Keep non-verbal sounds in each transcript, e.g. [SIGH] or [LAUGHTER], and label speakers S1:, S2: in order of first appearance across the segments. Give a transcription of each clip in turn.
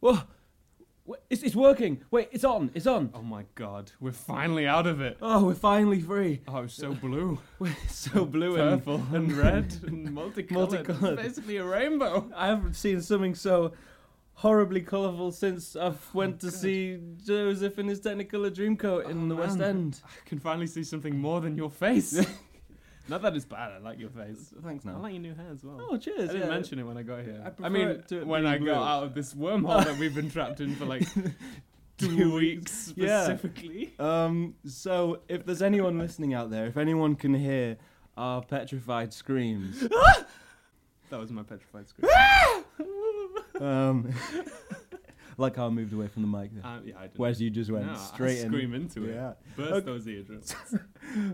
S1: Whoa. Wh- It's, it's working. Wait, it's on. It's on.
S2: Oh my god, we're finally out of it.
S1: Oh, we're finally free. [LAUGHS]
S2: Oh, it's so blue,
S1: We're so blue and
S2: purple, and red, [LAUGHS] and multicolored.
S1: Multicolored.
S2: It's basically a rainbow.
S1: I haven't seen something so horribly colourful since I went to see Joseph in his Technicolor Dreamcoat in the West
S2: man.
S1: End.
S2: I can finally see something more than your face.
S1: [LAUGHS]
S2: [LAUGHS] Not that it's bad. I like your face.
S1: Thanks,
S2: I like your new hair as well.
S1: Oh, cheers.
S2: I didn't
S1: yeah.
S2: mention it when I got here.
S1: I
S2: I,
S1: prefer
S2: mean,
S1: it to it
S2: when
S1: being
S2: I
S1: blue.
S2: got out of this wormhole that we've been trapped in for
S1: [LAUGHS]
S2: like two weeks
S1: Yeah. [LAUGHS]
S2: specifically.
S1: Um, so if there's anyone listening out there, if anyone can hear our petrified [LAUGHS] screams,
S2: That was
S1: [LAUGHS]
S2: my petrified scream.
S1: um, [LAUGHS] like how I moved away from the mic there.
S2: Uh, yeah, I didn't.
S1: Whereas you just went
S2: No, I
S1: straight in.
S2: scream into it.
S1: Yeah.
S2: Burst
S1: Okay.
S2: those
S1: [LAUGHS]
S2: eardrums.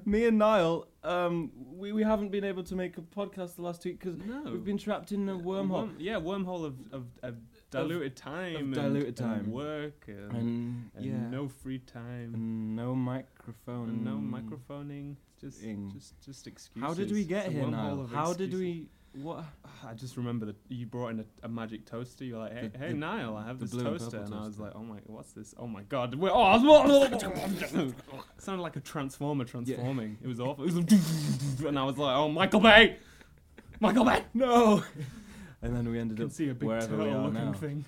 S1: Me and Niall, um, we, we haven't been able to make a podcast the last week because
S2: No.
S1: we've been trapped in a wormhole.
S2: Worm- yeah, wormhole of, of, of diluted time. and-
S1: diluted
S2: and
S1: time.
S2: work. And,
S1: And,
S2: and
S1: yeah.
S2: no free time.
S1: And no microphone.
S2: And no microphoning. Just,
S1: ing.
S2: just, just excuses.
S1: How did we get
S2: It's a
S1: here,
S2: wormhole
S1: Niall?
S2: of
S1: How did
S2: excuses. [SIGHS]
S1: we? What?
S2: I just remember that you brought in a, a magic toaster. You're like, hey,
S1: The-
S2: hey
S1: the-
S2: Niall, I have
S1: the
S2: this
S1: blue and
S2: toaster.
S1: purple
S2: And I was
S1: toaster.
S2: like, oh my, what's this? Oh my god. We're, oh, [LAUGHS] sounded like a transformer transforming. It was awful. It was [LAUGHS] and I was like, oh, Michael Bay! Michael Bay!
S1: No. [LAUGHS] and then we ended
S2: can
S1: up
S2: see a big
S1: wherever we
S2: turtle
S1: are
S2: looking
S1: now.
S2: thing.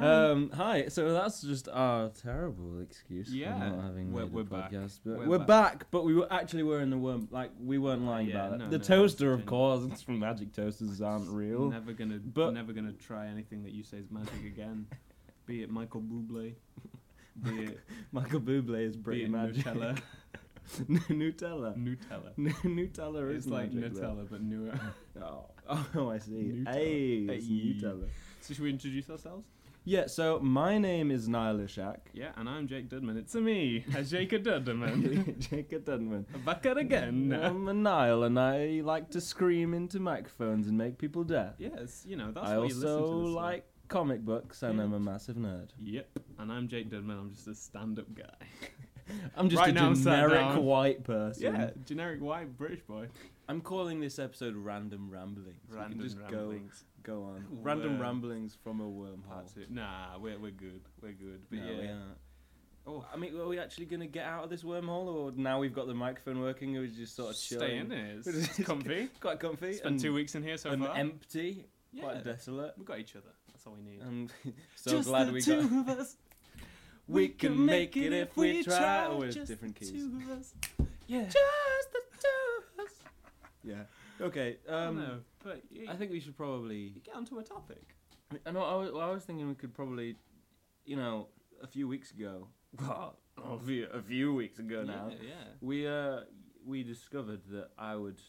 S1: Um, hi. So that's just our terrible excuse
S2: Yeah.
S1: for not having
S2: We're-
S1: made
S2: we're
S1: a
S2: back.
S1: podcast. But
S2: We're
S1: we're, back. but we were actually were in the worm. Like we weren't lying
S2: Yeah,
S1: about it.
S2: no,
S1: the
S2: no,
S1: toaster,
S2: that's
S1: of course, [LAUGHS] it's from magic toasters aren't real.
S2: Never gonna,
S1: But-
S2: never gonna try anything that you say is magic again. be it
S1: [LAUGHS]
S2: Michael Bublé, be it,
S1: Michael Bublé is
S2: be
S1: pretty
S2: it
S1: magic. [LAUGHS]
S2: Nutella, [LAUGHS]
S1: Nutella.
S2: Nutella.
S1: N- Nutella is
S2: It's like
S1: magic, though.
S2: Nutella, but newer.
S1: [LAUGHS] Oh, [LAUGHS] oh, I see.
S2: Nutella.
S1: Hey, it's
S2: Hey.
S1: Nutella.
S2: so should we introduce ourselves?
S1: Yeah. So my name is Niall Ishak.
S2: Yeah, and I'm Jake Dudman. It's a me, a Jake Dudman.
S1: [LAUGHS] Jacob Dunman.
S2: Back
S1: [LAUGHS]
S2: at again.
S1: I'm a Niall, and I like to scream into microphones and make people deaf.
S2: Yes, you know that's
S1: I
S2: what you listen
S1: also
S2: to. This for.
S1: like comic books, and
S2: Yeah.
S1: I'm a massive nerd.
S2: Yep, and I'm Jake Dudman. I'm just a stand-up guy.
S1: I'm just
S2: Right
S1: a
S2: now I'm sat
S1: generic
S2: down.
S1: white person.
S2: Yeah, generic white British boy.
S1: I'm calling this episode "Random Ramblings." We can
S2: Random
S1: just
S2: ramblings.
S1: go go on.
S2: Word.
S1: Random ramblings from a
S2: Part
S1: wormhole.
S2: two. Nah, we're we're good. We're good. But
S1: No,
S2: yeah,
S1: we aren't. Oh, I mean, are we actually gonna get out of this wormhole, or now we've got the microphone working, and we just sort of chilling?
S2: stay in
S1: [LAUGHS]
S2: it. It's, it's comfy.
S1: Quite comfy.
S2: Spent
S1: and,
S2: two weeks in here so
S1: and
S2: far.
S1: empty.
S2: yeah,
S1: Quite desolate.
S2: we got each other. That's all we need.
S1: I'm [LAUGHS] so
S2: just
S1: glad
S2: the
S1: we
S2: two
S1: got.
S2: of us.
S1: [LAUGHS] We can make it if we try. Oh, it's
S2: just
S1: different
S2: the
S1: keys.
S2: Two of us.
S1: [LAUGHS] Yeah.
S2: Just the two of us.
S1: Yeah. Okay.
S2: Um,
S1: Um,
S2: no, but you,
S1: I think we should probably.
S2: you get onto a topic.
S1: I know. I was, well, I was thinking we could probably, you know, a few weeks ago. [LAUGHS] Well, a few, a few weeks ago now.
S2: Yeah, yeah.
S1: We uh, we discovered that I would,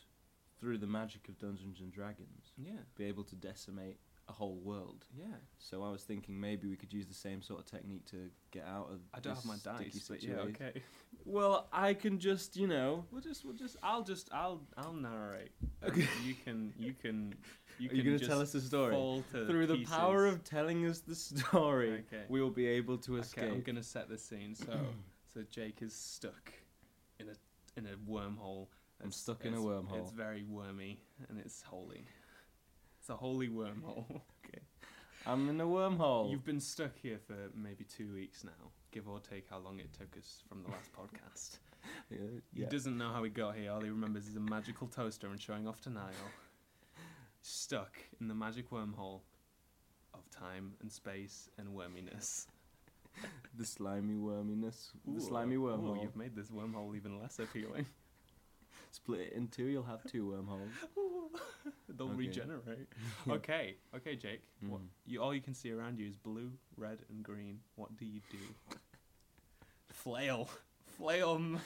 S1: through the magic of Dungeons and Dragons,
S2: Yeah,
S1: be able to decimate a whole world.
S2: yeah.
S1: So I was thinking maybe we could use the same sort of technique to get out of.
S2: I don't have
S1: this
S2: my dice,
S1: sticky
S2: but yeah,
S1: situation.
S2: okay.
S1: Well, I can just, you know.
S2: We'll just, we'll just, I'll just, I'll, I'll narrate. and
S1: Okay.
S2: You can, you can,
S1: [LAUGHS]
S2: you
S1: Are
S2: can.
S1: you going to
S2: just
S1: tell us a story?
S2: fall to
S1: Through the
S2: pieces.
S1: power of telling us the story,
S2: Okay.
S1: we will be able to escape.
S2: Okay, I'm gonna set the scene. So,
S1: [CLEARS THROAT]
S2: so Jake is stuck in a in a wormhole.
S1: I'm
S2: It's-
S1: stuck in a
S2: it's-
S1: wormhole.
S2: It's very wormy and it's holy. It's a holy
S1: [LAUGHS]
S2: wormhole. okay.
S1: I'm in a wormhole.
S2: You've been stuck here for maybe two weeks now, give or take how long it took us from the
S1: [LAUGHS]
S2: last podcast.
S1: Yeah,
S2: He
S1: yeah.
S2: doesn't know how he got here. All he remembers is a magical toaster and showing off to Niall.
S1: [LAUGHS]
S2: Stuck in the magic wormhole of time and space and worminess.
S1: the slimy worminess.
S2: Ooh,
S1: the slimy
S2: ooh,
S1: wormhole.
S2: you've made this wormhole even less appealing.
S1: Split it in two, you'll have two wormholes.
S2: They'll
S1: Okay. [LAUGHS]
S2: regenerate.
S1: Yeah.
S2: Okay, okay, Jake. What,
S1: Mm.
S2: you, all you can see around you is blue, red, and green. What do you do? Flail. Flail. m-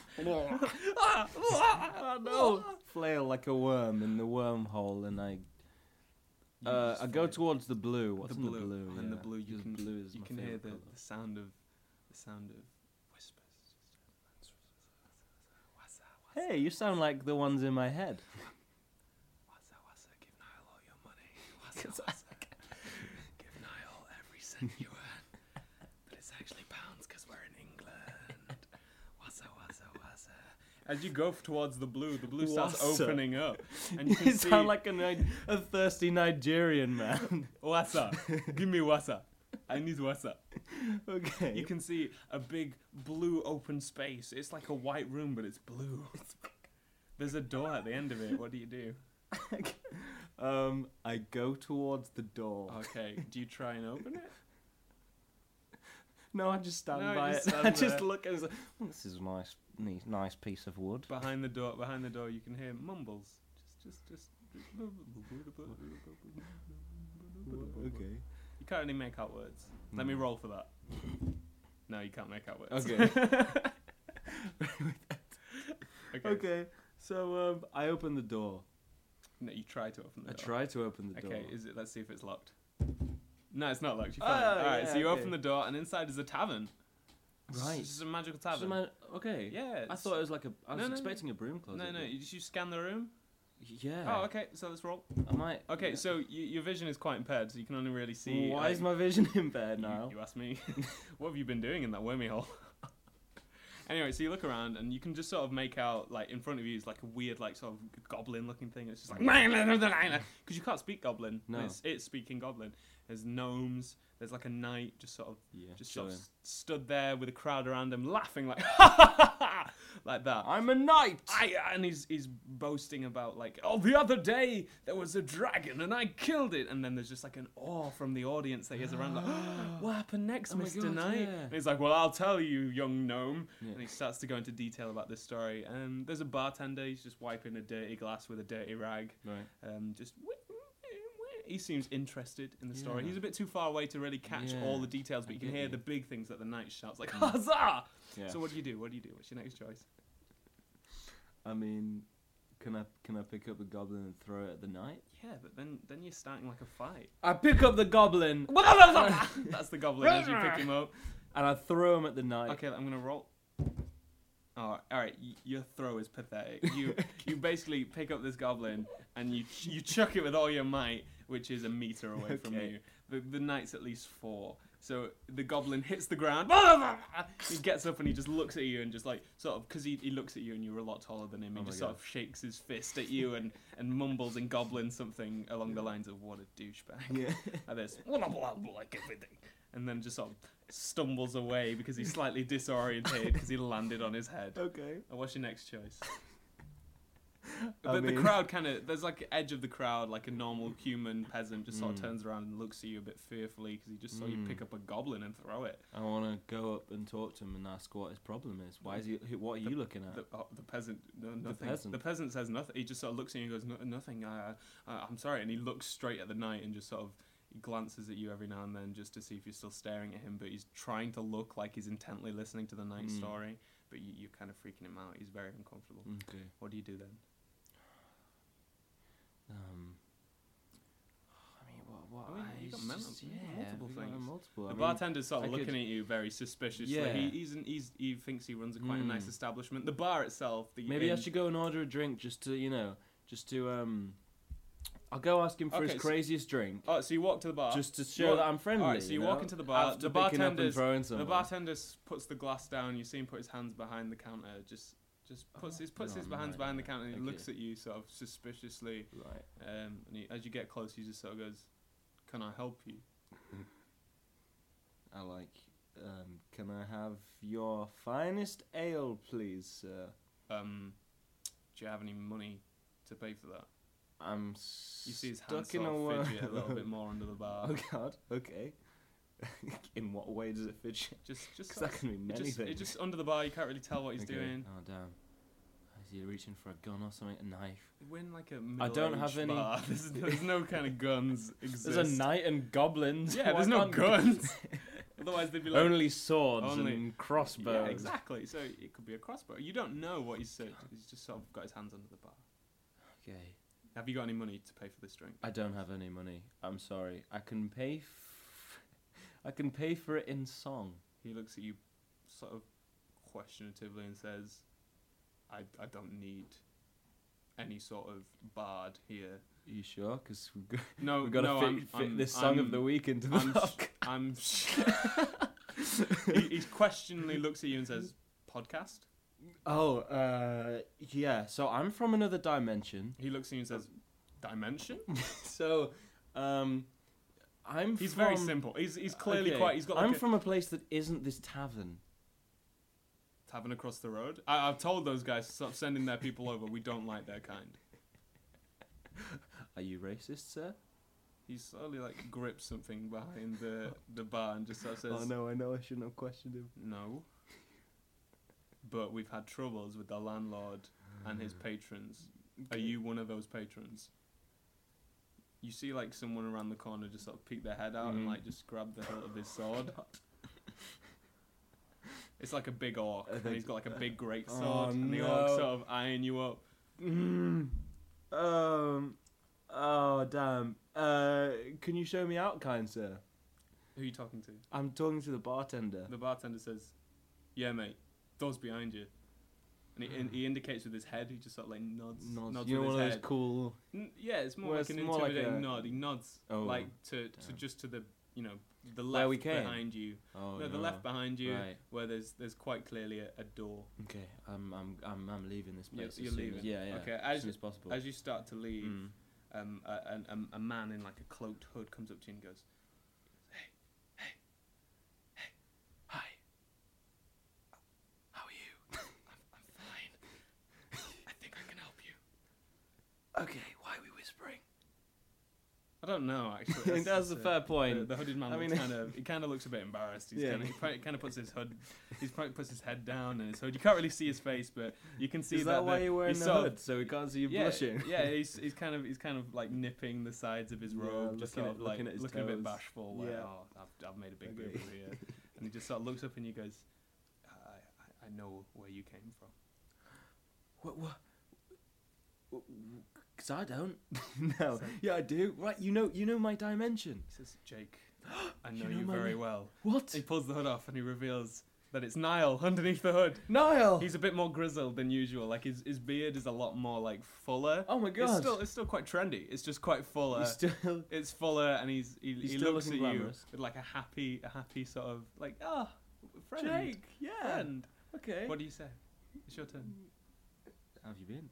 S2: Ah, ah,
S1: no!
S2: ah.
S1: Flail like a worm in the wormhole, and I.
S2: You
S1: Uh,
S2: just
S1: I go
S2: flail.
S1: towards the blue. What's
S2: the
S1: in
S2: blue,
S1: the blue?
S2: and the
S1: Yeah,
S2: blue you
S1: because
S2: can
S1: blue is
S2: you
S1: my
S2: can hear
S1: favourite
S2: the,
S1: colour.
S2: the sound of the sound of whispers. What's that? What's
S1: Hey, you sound like the ones in my head.
S2: What's that? What's that? Give Niall all your money. [LAUGHS] What's that? What's that? Give Niall every cent you earn, but it's actually pounds because we're in England. What's that? What's that? What's that? As you go f- towards the blue, the blue starts
S1: What's that?
S2: opening up,
S1: [LAUGHS]
S2: and
S1: You
S2: [LAUGHS] you can see [LAUGHS]
S1: sound like a, Ni- a thirsty Nigerian man.
S2: what's up? Give me what's up. I need [LAUGHS] what's
S3: Okay.
S2: You can see a big blue open space. It's like a white room, but it's blue. There's a door at the end of it. What do you [LAUGHS] do?
S1: Um, I go towards the door.
S2: Oh. Okay, do you try and open it?
S1: No, I just stand
S2: No, you
S1: by [LAUGHS]
S2: [LAUGHS] just
S1: it.
S2: stand
S1: I just
S2: there.
S1: look and it's like, "Hmm, this is a nice, nice, nice piece of wood.
S2: Behind the door, behind the door, you can hear mumbles. Just, just, just.
S1: Okay. Mm.
S2: You can't really make out words. Let me roll for that. No, you can't make out words.
S1: Okay.
S2: [LAUGHS] okay.
S1: Okay. So um, I open the door.
S2: No, you try to open the
S1: I
S2: door.
S1: try to open the door.
S2: Okay, is it? Let's see if it's locked. No, it's not locked. You
S1: Oh,
S2: found it. All right,
S1: yeah,
S2: so you
S1: okay.
S2: open the door, and inside is a tavern.
S1: Right.
S2: It's just a magical
S1: So
S2: tavern.
S1: man- okay.
S2: yeah.
S1: I
S2: it's-
S1: thought it was like a. I was
S2: No, no, no.
S1: expecting a broom closet.
S2: No, no.
S1: but-
S2: You just you scan the room.
S1: Yeah.
S2: Oh, okay. So let's roll.
S1: I might.
S2: Okay,
S1: yeah.
S2: so you, your vision is quite impaired, so you can only really see.
S1: Why
S2: like,
S1: is my vision [LAUGHS] impaired
S2: you-
S1: now?
S2: You, ask me. [LAUGHS] what have you been doing in that wormhole? [LAUGHS] anyway, so you look around and you can just sort of make out like in front of you is like a weird like sort of goblin-looking thing. It's just like [LAUGHS] because you can't speak goblin. and
S1: Mm. No.
S2: it's, it's speaking goblin. There's gnomes. There's like a knight just sort of
S1: yeah.
S2: just
S1: sure.
S2: sort of s- stood there with a crowd around him, laughing like [LAUGHS] like that.
S1: I'm a knight.
S2: I, and he's he's boasting about like oh the other day there was a dragon and I killed it and then there's just like an awe from the audience that he has
S1: [GASPS]
S2: around like what happened next
S1: Oh my
S2: Mr.
S1: God,
S2: Knight
S1: yeah.
S2: and he's like well I'll tell you young gnome
S1: Yeah.
S2: and he starts to go into detail about this story and there's a bartender he's just wiping a dirty glass with a dirty rag
S1: Right.
S2: um just he seems interested in the story
S1: Yeah.
S2: he's a bit too far away to really catch
S1: Yeah,
S2: all the details
S1: I
S2: but you can
S1: get
S2: hear
S1: you. Mm.
S2: the big things that the knight shouts like huzzah
S1: Yeah.
S2: so what do you do what do you do what's your next choice
S1: I mean, can I can I pick up a goblin and throw it at the knight?
S2: Yeah, but then then you're starting like a
S1: [LAUGHS]
S2: fight.
S1: I pick up the goblin
S2: [LAUGHS]
S1: [LAUGHS]
S2: That's the goblin as you pick him up.
S1: and I throw him at the knight.
S2: Okay, I'm gonna roll. Oh, all right. Y- your throw
S1: [LAUGHS]
S2: is pathetic. You you basically pick up this goblin and you ch- you chuck it with all your might, which is a meter away from
S1: Okay.
S2: you. The the knight's at least four. So the goblin hits the ground. [LAUGHS] He gets up and he just looks at you and just like sort of because he, he looks at you and you're a lot taller than him. He
S1: Oh my
S2: just sort
S1: God.
S2: of shakes his fist at you and and mumbles in goblin something along the lines of what a douchebag
S1: [LAUGHS] Yeah.
S2: like this, like everything, and then just sort of stumbles away because he's slightly disorientated because he landed on his head.
S1: okay.
S2: And what's your
S1: [LAUGHS]
S2: next choice?
S1: I
S2: But the
S1: mean-
S2: crowd kind of there's like edge of the crowd, like a normal human peasant just sort of
S1: Mm.
S2: turns around and looks at you a bit fearfully because he just saw you
S1: Mm.
S2: pick up a goblin and throw it.
S1: I want to go up and talk to him and ask what his problem is. Why is he? who- What are you looking at?
S2: The, oh, the peasant, no, nothing.
S1: peasant.
S2: says nothing. He just sort of looks at you and goes, "No- "Nothing. Uh, uh, I'm sorry." And he looks straight at the knight and just sort of glances at you every now and then just to see if you're still staring at him. But he's trying to look like he's intently listening to the knight's
S1: Mm.
S2: story. But you, you're kind of freaking him out. He's very uncomfortable.
S1: okay.
S2: What do you do then?
S1: Um. I mean, what? What?
S2: I mean, you got
S1: it's
S2: memo-
S1: just-
S2: you got
S1: yeah,
S2: multiple
S1: we got
S2: things.
S1: Multiple. I
S2: the
S1: mean,
S2: bartender's sort of
S1: I
S2: looking
S1: could-
S2: at you very suspiciously.
S1: Yeah.
S2: He, he's an, he's, he thinks he runs a quite a nice
S1: Mm.
S2: establishment. The bar itself. The
S1: maybe I
S2: inn-
S1: should go and order a drink just to you know, just to um. I'll go ask him for
S2: Okay,
S1: his
S2: so-
S1: craziest drink,
S2: Oh, so you walk to the bar.
S1: just to
S2: you
S1: show
S2: want-
S1: that I'm friendly.
S2: Alright, so you
S1: know?
S2: walk into the bar,
S1: After
S2: the
S1: picking up and
S2: bartender's-
S1: throwing someone.
S2: The bartender s- puts the glass down. You see him put his hands behind the counter. Just, just puts
S1: Oh,
S2: his puts
S1: no,
S2: his
S1: no,
S2: hands
S1: no,
S2: behind the
S1: no.
S2: counter. and He
S1: Okay.
S2: looks at you sort of suspiciously.
S1: Right.
S2: Um, and he, as you get close, he just sort of goes, "Can I help you?"
S1: I like. Um, can I have your finest ale, please, sir?
S2: Um, do you have any money to pay for that?
S1: I'm
S2: You see his hands
S1: stuck in
S2: sort
S1: a
S2: of
S1: world.
S2: fidget a little
S1: [LAUGHS]
S2: bit more under the bar.
S1: Oh God. Okay. [LAUGHS] in what way does it fidget?
S2: Just,
S1: Because
S2: just.
S1: that
S2: sort of-
S1: can be
S2: it
S1: many
S2: just,
S1: things.
S2: it just under the bar. You can't really tell what he's
S1: Okay.
S2: doing.
S1: Oh damn. Is he reaching for a gun or something? A knife?
S2: We're in like a
S1: I don't have
S2: middle-aged
S1: any-
S2: Bar. [LAUGHS] There's, there's no kind of
S1: [LAUGHS]
S2: guns. Exist.
S3: There's a knight and goblins.
S2: Yeah,
S3: Why
S2: there's no
S3: can't-
S2: guns.
S1: [LAUGHS]
S2: Otherwise, they'd be like
S3: Only swords
S2: Only-
S3: and crossbows.
S2: Yeah, exactly. So it could be a crossbow. You don't know what he's said. He's just sort of got his hands under the bar.
S1: Okay.
S2: Have you got any money to pay for this drink?
S1: I don't have any money. I'm sorry. I can pay. F- I can pay for it in song.
S2: He looks at you sort of questionatively and says, I, I don't need any sort of bard
S1: [LAUGHS]
S2: here.
S1: you sure? Because we've got,
S2: No,
S1: we've got
S2: no,
S1: to
S2: I'm,
S1: fit, fit
S2: I'm-
S1: this song
S2: I'm-
S1: of the week into the
S2: I'm,
S1: podcast.
S2: sh- I'm sh- [LAUGHS]
S1: [LAUGHS]
S2: he, he questioningly looks at you and says, podcast?
S1: Oh, uh, yeah. So I'm from another [LAUGHS] dimension.
S2: He looks at you and says, dimension?
S1: so, um,
S3: I'm
S2: He's
S3: from,
S2: very simple. He's he's clearly
S1: Uh, Okay,
S2: quite. He's got. Like
S1: I'm
S2: a
S1: from a place that isn't this tavern.
S2: tavern across the road. I, I've told those guys to stop sending their people over. We don't like their kind.
S1: Are you racist, sir?
S2: He slowly like grips something behind the the bar and just sort of
S3: Oh,
S2: says,
S1: no, I know I shouldn't have questioned him.
S2: Oh, "No." But we've had troubles with the landlord and his patrons. Are you one of those patrons? You see, like someone around the corner just sort of peek their head out and
S1: Mhm.
S2: like just grab the hilt of his sword. it's like a big orc,
S1: I
S2: and
S1: think-
S2: he's got like a big great
S3: Oh,
S2: sword, and the
S3: no.
S2: orc sort of eyeing you up.
S3: Mm. Um. Oh damn. Uh, can you show me out, kind sir?
S2: Who are you talking to?
S3: I'm talking to the bartender.
S2: The bartender says, "Yeah, mate, doors behind you," and he, in, he indicates with his head. He just sort of like nods, nods,
S3: you know
S2: with
S3: one
S2: his
S3: of those
S2: head.
S3: cool.
S2: N- yeah, it's more
S3: Well,
S2: like
S3: it's
S2: an
S3: more like
S2: intimidating
S3: a-
S2: nod. He nods,
S1: Oh,
S2: like to, to
S1: damn.
S2: just to the you know the
S1: Where
S2: left
S1: we came.
S2: behind you.
S1: Oh,
S2: no, the left behind you,
S1: Right.
S2: where there's there's quite clearly a, a door.
S1: Okay, I'm, I'm, I'm, I'm leaving this
S2: You're-
S1: place.
S2: you're
S1: as soon as-
S2: leaving.
S1: yeah, yeah.
S2: Okay,
S1: as,
S2: as-
S1: soon as possible.
S2: As you start to leave,
S1: Mm.
S2: um, a, an- um, a man in like a cloaked hood comes up to you and goes, "Hey, hey, hey, hi. How are you? I'm, I'm fine. I think I can help you."
S1: Okay, why are we whispering?
S2: I don't know [LAUGHS] actually.
S3: I think that's a
S2: uh,
S3: fair
S2: The,
S3: point.
S2: the hooded man
S3: I
S2: looks
S3: mean- [LAUGHS]
S2: kind of he kind of looks a bit embarrassed. He's
S3: Yeah.
S2: kind of, he probably, kind of puts his hood, he's probably puts his head down and his hood. You can't really see his face, but you can see
S3: Is that
S2: the-
S3: why you're wearing
S2: he's
S3: the
S2: sort of-
S3: hood so we can't see you
S2: yeah,
S3: blushing? [LAUGHS]
S2: yeah, he's he's kind of he's kind of like nipping the sides of his
S3: Yeah,
S2: robe, just
S3: looking
S2: sort
S3: at-
S2: of like
S3: looking at his
S2: looking a bit
S3: toes.
S2: bashful. Like,
S3: Yeah.
S2: oh, I've, I've made a big
S3: Okay.
S2: boo here,
S3: [LAUGHS]
S2: and he just sort of looks up and he goes, I, I, I know where you came from.
S1: What? What? Because I don't.
S3: [LAUGHS] no.
S2: So-
S3: Yeah, I do. Right. You know. You know my dimension.
S2: He says, Jake, I know
S3: know
S2: you,
S3: my
S2: very
S3: name."
S2: well.
S3: What?
S2: He pulls the hood off and he reveals that it's Niall underneath the hood.
S3: Niall.
S2: He's a bit more grizzled than usual. Like his, his beard is a lot more like fuller.
S3: oh my god.
S2: It's still it's still quite trendy. It's just quite fuller.
S3: He's still.
S2: it's fuller, and he's he,
S1: He's
S2: he
S1: still
S2: looks at
S1: looking
S2: you
S1: glamorous.
S2: with like a happy a happy sort of like ah friend
S3: Jake. Yeah.
S2: friend.
S3: Okay.
S2: What do you say? It's your turn.
S1: How have you been?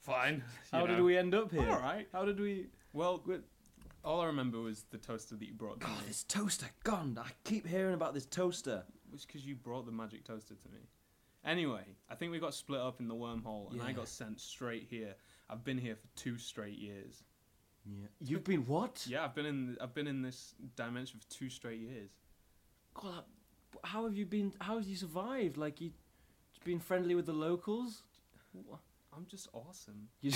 S2: Fine.
S3: How did we end up here?
S2: All right.
S3: How did we?
S2: Well, all I remember was the toaster that you brought to me.
S1: God, this toaster. God, I keep hearing about this toaster.
S2: was because you brought the magic toaster to me. Anyway, I think we got split up in the wormhole, and I
S1: Yeah.
S2: got sent straight here. I've been here for two straight years.
S1: Yeah. You've been what?
S2: Yeah, I've been in I've been in this dimension for two straight years.
S1: God, I- how have you been? How have you survived? Like you, just been friendly with the locals? Wha-
S2: I'm just awesome.
S1: [LAUGHS] You-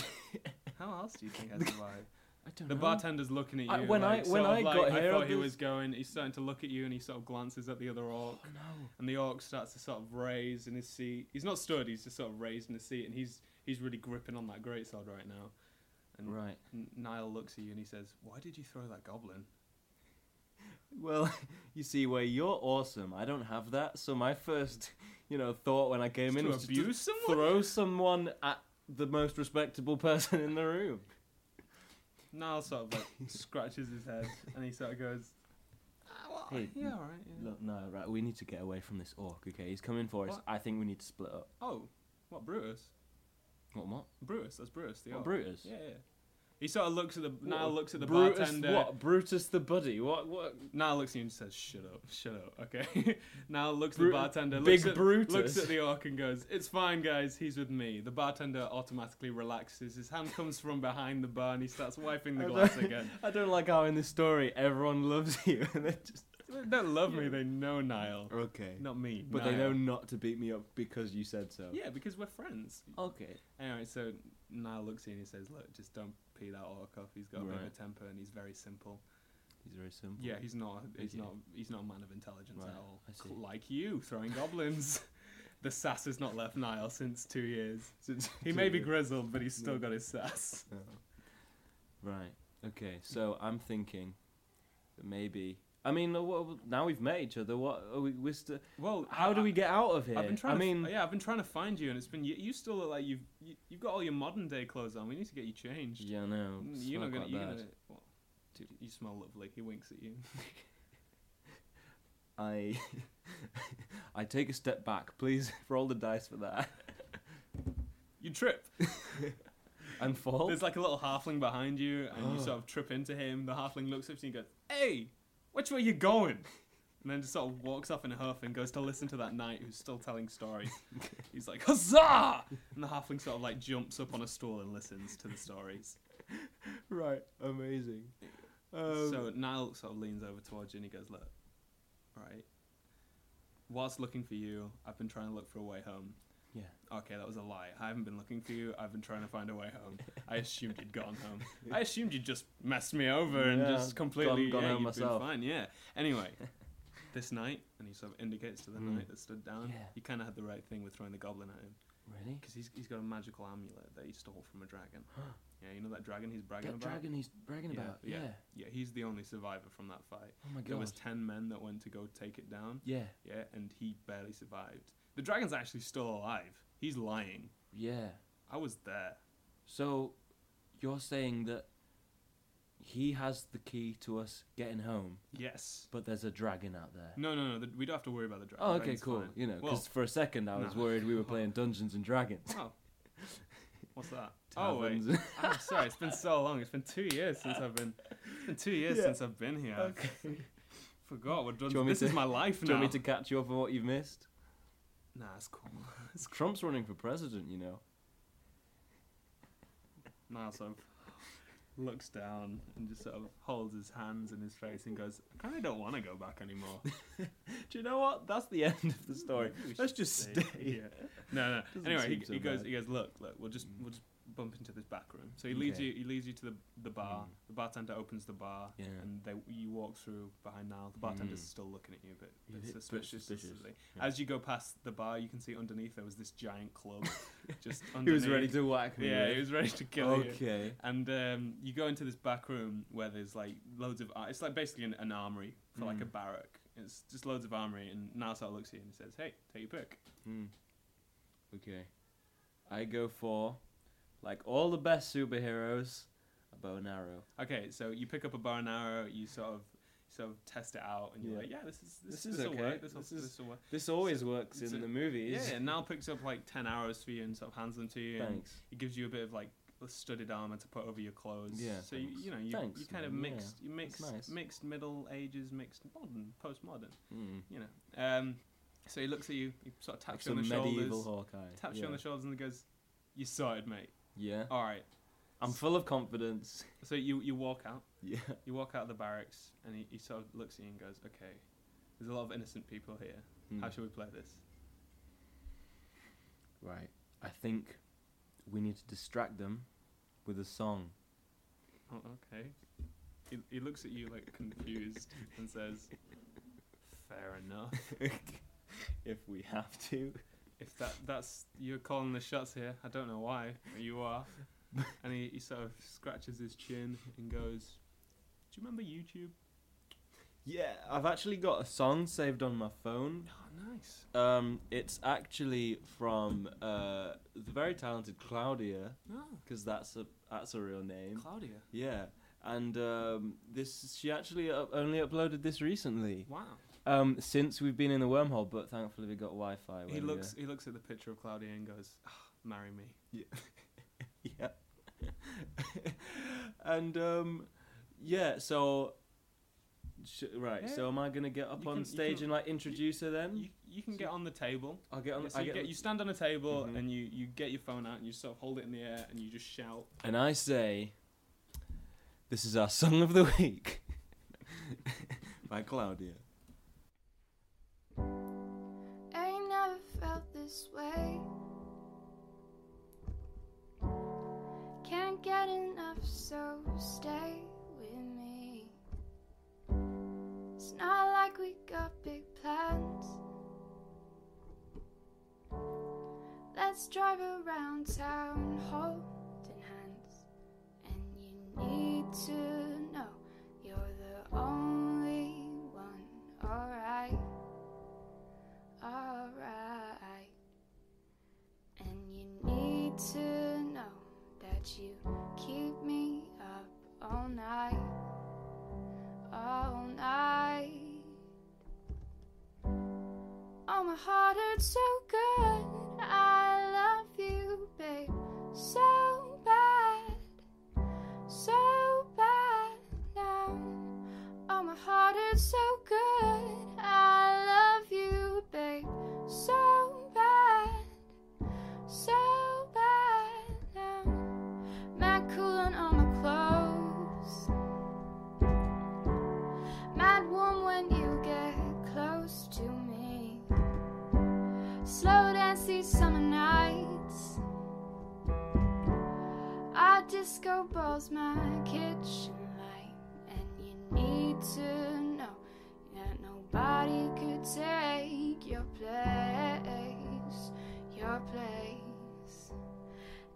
S2: How else do you
S1: [LAUGHS]
S2: think I survive?
S1: I don't
S2: the
S1: know.
S2: bartender's looking at you.
S1: I- when I-
S2: like,
S1: when
S2: sort of
S1: I
S2: like,
S1: got here,
S2: I thought
S1: I
S2: he
S1: was-
S2: was going. He's starting to look at you, and he sort of glances at the other orc,
S1: Oh no.
S2: and the orc starts to sort of raise in his seat. He's not stood. He's just sort of raised in his seat, and he's he's really gripping on that greatsword right now. And
S1: Right.
S2: N- Niall looks at you and he says, "Why did you throw that goblin?"
S1: Well, [LAUGHS] you see, where you're awesome, I don't have that. So my first, you know, thought when I came
S2: Just
S1: in
S2: to
S1: was just to
S2: abuse someone.
S1: throw someone at the most respectable [LAUGHS] person in the
S2: [LAUGHS]
S1: room.
S2: Niall sort of like
S1: [LAUGHS]
S2: scratches his head and he sort of goes, ah, well,
S1: Hey,
S2: "Yeah, all right." Yeah.
S1: Look, no, right. We need to get away from this orc. Okay, he's coming for us.
S2: What?
S1: I think we need to split up.
S2: Oh, what Brutus?
S1: What? What?
S2: Brutus, that's Brutus. The
S1: what
S2: orc.
S1: Oh, Brutus?
S2: Yeah, yeah. He sort of looks at the Niall
S1: What,
S2: looks at the
S1: Brutus,
S2: bartender.
S1: What? Brutus the buddy. What? What?
S2: Niall looks at you and says, "Shut up, shut up." Okay. [LAUGHS] Niall looks at
S1: Bru-
S2: the bartender.
S1: Big
S2: looks at,
S1: Brutus.
S2: Looks at the orc and goes, "It's fine, guys. He's with me." The bartender automatically relaxes. His hand comes from behind the bar and he starts wiping the
S1: I
S2: glass
S1: don't-
S2: again.
S1: [LAUGHS] I don't like how in this story everyone loves [LAUGHS] you and they just
S2: They don't love me. They know Niall.
S1: okay.
S2: Not me.
S1: but they
S2: Niall.
S1: know not to beat me up because you said so.
S2: Yeah, because we're friends.
S1: Okay.
S2: Anyway, so Niall looks at you and he says, "Look, just don't pee that orc off. He's got a bit of a
S1: Right.
S2: temper and he's very simple.
S1: He's very simple.
S2: Yeah, he's not. He's
S1: Okay.
S2: not. He's not a man of intelligence
S1: Right,
S2: at all.
S1: I see.
S2: Like you, throwing goblins. [LAUGHS] The sass has not left Niall since two years. [LAUGHS] He may be grizzled, but he's still
S1: Yeah.
S2: got his sass.
S1: Right. Okay. So I'm thinking that maybe. I mean, uh, what, now we've met each other. What are we? We're st-
S2: Well,
S1: how do we get out of here?
S2: I've been trying.
S1: I
S2: to f-
S1: mean,
S2: yeah, I've been trying to find you, and it's been. You, you still look like you've. You, you've got all your modern day clothes on. We need to get you changed.
S1: yeah, no.
S2: Mm,
S1: it's
S2: you're
S1: not
S2: not gonna.
S1: quite
S2: You're
S1: bad.
S2: gonna well, you smell lovely. He winks at you.
S1: I [LAUGHS] I take a [LAUGHS] step back, please roll the dice for that.
S2: You trip.
S1: [LAUGHS] and fall. [LAUGHS]
S2: There's like a little halfling behind you, and you sort of trip into him. The halfling looks up to you and goes, "Hey, which way you going?" And then just sort of walks off in a huff and goes to listen to that knight who's still telling stories. He's like, "Huzzah!" And the halfling sort of like jumps up on a stool and listens to the stories.
S3: Right, amazing. Um,
S2: so Niall sort of leans over towards you and he goes, Look, right. Whilst looking for you, I've been trying to look for a way home.
S1: Yeah.
S2: Okay, that was a lie. I haven't been looking for you. I've been trying to find a way home.
S1: [LAUGHS]
S2: I assumed you'd gone home. I assumed you'd just messed me over and
S1: Yeah,
S2: just completely
S1: gone
S2: yeah,
S1: home
S2: you'd
S1: myself.
S2: Been fine, yeah.
S1: [LAUGHS]
S2: Anyway, this night, and he sort of indicates to the
S1: Mm.
S2: knight that stood down,
S1: Yeah.
S2: you kind of had the right thing with throwing the goblin at him
S1: really?
S2: because he's, he's got a magical amulet that he stole from a dragon.
S1: [GASPS]
S2: yeah, you know that dragon he's bragging
S1: That
S2: about.
S1: dragon he's bragging
S2: Yeah,
S1: about. Yeah.
S2: yeah. Yeah, he's the only survivor from that fight.
S1: Oh my
S2: There
S1: god.
S2: was ten men that went to go take it down.
S1: Yeah.
S2: Yeah, and he barely survived. The dragon's actually still alive. He's lying.
S1: Yeah.
S2: I was there.
S1: So, you're saying that he has the key to us getting home,
S2: Yes.
S1: but there's a dragon out there.
S2: No, no, no. The, we don't have to worry about the dragon.
S1: Oh,
S2: The
S1: okay,
S2: dragon's
S1: cool.
S2: fine.
S1: You know,
S2: Well-
S1: because for a second I was
S2: No.
S1: worried we were playing Dungeons and [LAUGHS] Dragons.
S2: [LAUGHS] Oh. What's that?
S1: [LAUGHS]
S2: oh wait.
S1: Taverns.
S2: I'm sorry. It's been so long. It's been two years since I've been. It's been two years
S3: Yeah.
S2: since I've been here.
S1: [LAUGHS]
S2: I [LAUGHS] forgot what.
S1: you want me
S2: This is
S1: to-
S2: my life
S1: Do you
S2: now.
S1: want me to catch you up on what you've [LAUGHS] missed?
S2: Nah, it's cool. It's cool.
S1: Trump's running for president, you know.
S2: Niall sort of looks down and just sort of holds his hands in his face and goes, I kind of don't want to go back anymore.
S1: [LAUGHS] Do you know what? That's the end
S2: [LAUGHS]
S1: of the [LAUGHS] story.
S2: Maybe we
S1: Let's
S2: should
S1: just stay.
S2: Yeah. No, no.
S1: Doesn't
S2: anyway,
S1: seem
S2: he,
S1: so
S2: he goes.
S1: bad. Mm.
S2: He goes. Look, look. We'll just we'll just bump into this back room. So he leads
S1: Okay.
S2: you. He leads you to the the bar.
S1: Mm.
S2: The bartender opens the bar,
S1: Yeah.
S2: and they you walk through behind now. The bartender's
S1: Mm.
S2: still looking at you, but
S1: He's a bit
S2: suspicious.
S1: suspicious,
S2: suspiciously.
S1: yeah.
S2: As you go past the bar, you can see underneath there was this giant
S1: [LAUGHS]
S2: club. just
S1: He was ready
S2: underneath.
S1: to whack me.
S2: Yeah,
S1: with.
S2: he was ready to kill you.
S1: Okay.
S2: And um, you go into this back room where there's like loads of. Ar- it's like basically an, an armory for like a
S1: Mm.
S2: barrack. It's just loads of armory, and Narsal looks at you and he says, "Hey, take your pick."
S1: Hmm. Okay. I go for, like all the best superheroes, a bow and arrow.
S2: Okay, so you pick up a bow and arrow, you sort of sort of test it out, and you're
S1: Yeah.
S2: like, yeah, this is this,
S1: This is
S2: this'll
S1: okay.
S2: Work, this'll,
S1: This is-
S2: this'll work.
S1: This always works
S2: so-
S1: in the movies.
S2: Yeah, and Nal picks up like ten arrows for you and sort of hands them to you. and
S1: [LAUGHS] Thanks.
S2: It gives you a bit of like studded armor to put over your clothes.
S1: Yeah,
S2: So you,
S1: thanks.
S2: you know you,
S1: Thanks,
S2: you kind of
S1: man, yeah.
S2: mixed you mixed
S1: nice.
S2: mixed Middle Ages, mixed modern, postmodern.
S1: Mm.
S2: You know. Um, so he looks at you, he sort of
S1: Like
S2: taps you
S1: some
S2: on the
S1: medieval
S2: shoulders,
S1: Hawkeye.
S2: taps
S1: yeah.
S2: you on the shoulders, and goes, "You sorted, mate.
S1: Yeah.
S2: All right."
S1: I'm full of confidence. [LAUGHS]
S2: So you you walk out.
S1: Yeah.
S2: You walk out of the barracks, and he, he sort of looks at you and goes, "Okay, there's a lot of innocent people here. How
S1: Mm.
S2: should we play this?"
S1: Right. I think we need to distract them with a song.
S2: Oh, okay. He, he looks at you like confused and says, "Fair enough.
S1: if we have to. [LAUGHS]
S2: If that that's you're calling the shots here, I don't know why but you are." And he, he sort of scratches his chin and goes, "Do you remember YouTube?"
S1: Yeah, I've actually got a song saved on my phone.
S2: Oh, nice,
S1: Um, it's actually from uh, the very talented Claudia,
S2: oh,
S1: because that's a that's a real name.
S2: Claudia.
S1: Yeah, and um, this she actually up- only uploaded this recently.
S2: Wow.
S1: Um, since we've been in the wormhole, but thankfully we got Wi-Fi.
S2: He
S1: when we
S2: looks he looks at the picture of Claudia and goes, "Ah, "Marry me."
S1: were- Yeah. [LAUGHS] and um, yeah, so. Sh- right, so am I gonna get up
S2: You
S1: on
S2: can- you
S1: stage
S2: can-
S1: and like introduce her then?
S2: You, you can
S1: So-
S2: get on the table.
S1: I'll get on.
S2: Yeah, so
S1: I
S2: you,
S1: get,
S2: get, you stand on a table
S1: Mhm.
S2: and you, you get your phone out and you sort of hold it in the air and you just shout.
S1: And I say, this is our song of the week [LAUGHS] by Claudia.
S4: I ain't never felt this way. Can't get enough, so stay with me. It's not like we got big plans. Let's drive around town holding hands. And you need to know you're the only one, alright. Alright. And you need to know that you keep me up all night. All night. Oh, my heart hurts so good. I love you, babe, so bad. Oh, disco ball's my kitchen light, and you need to know that nobody could take your place, your place.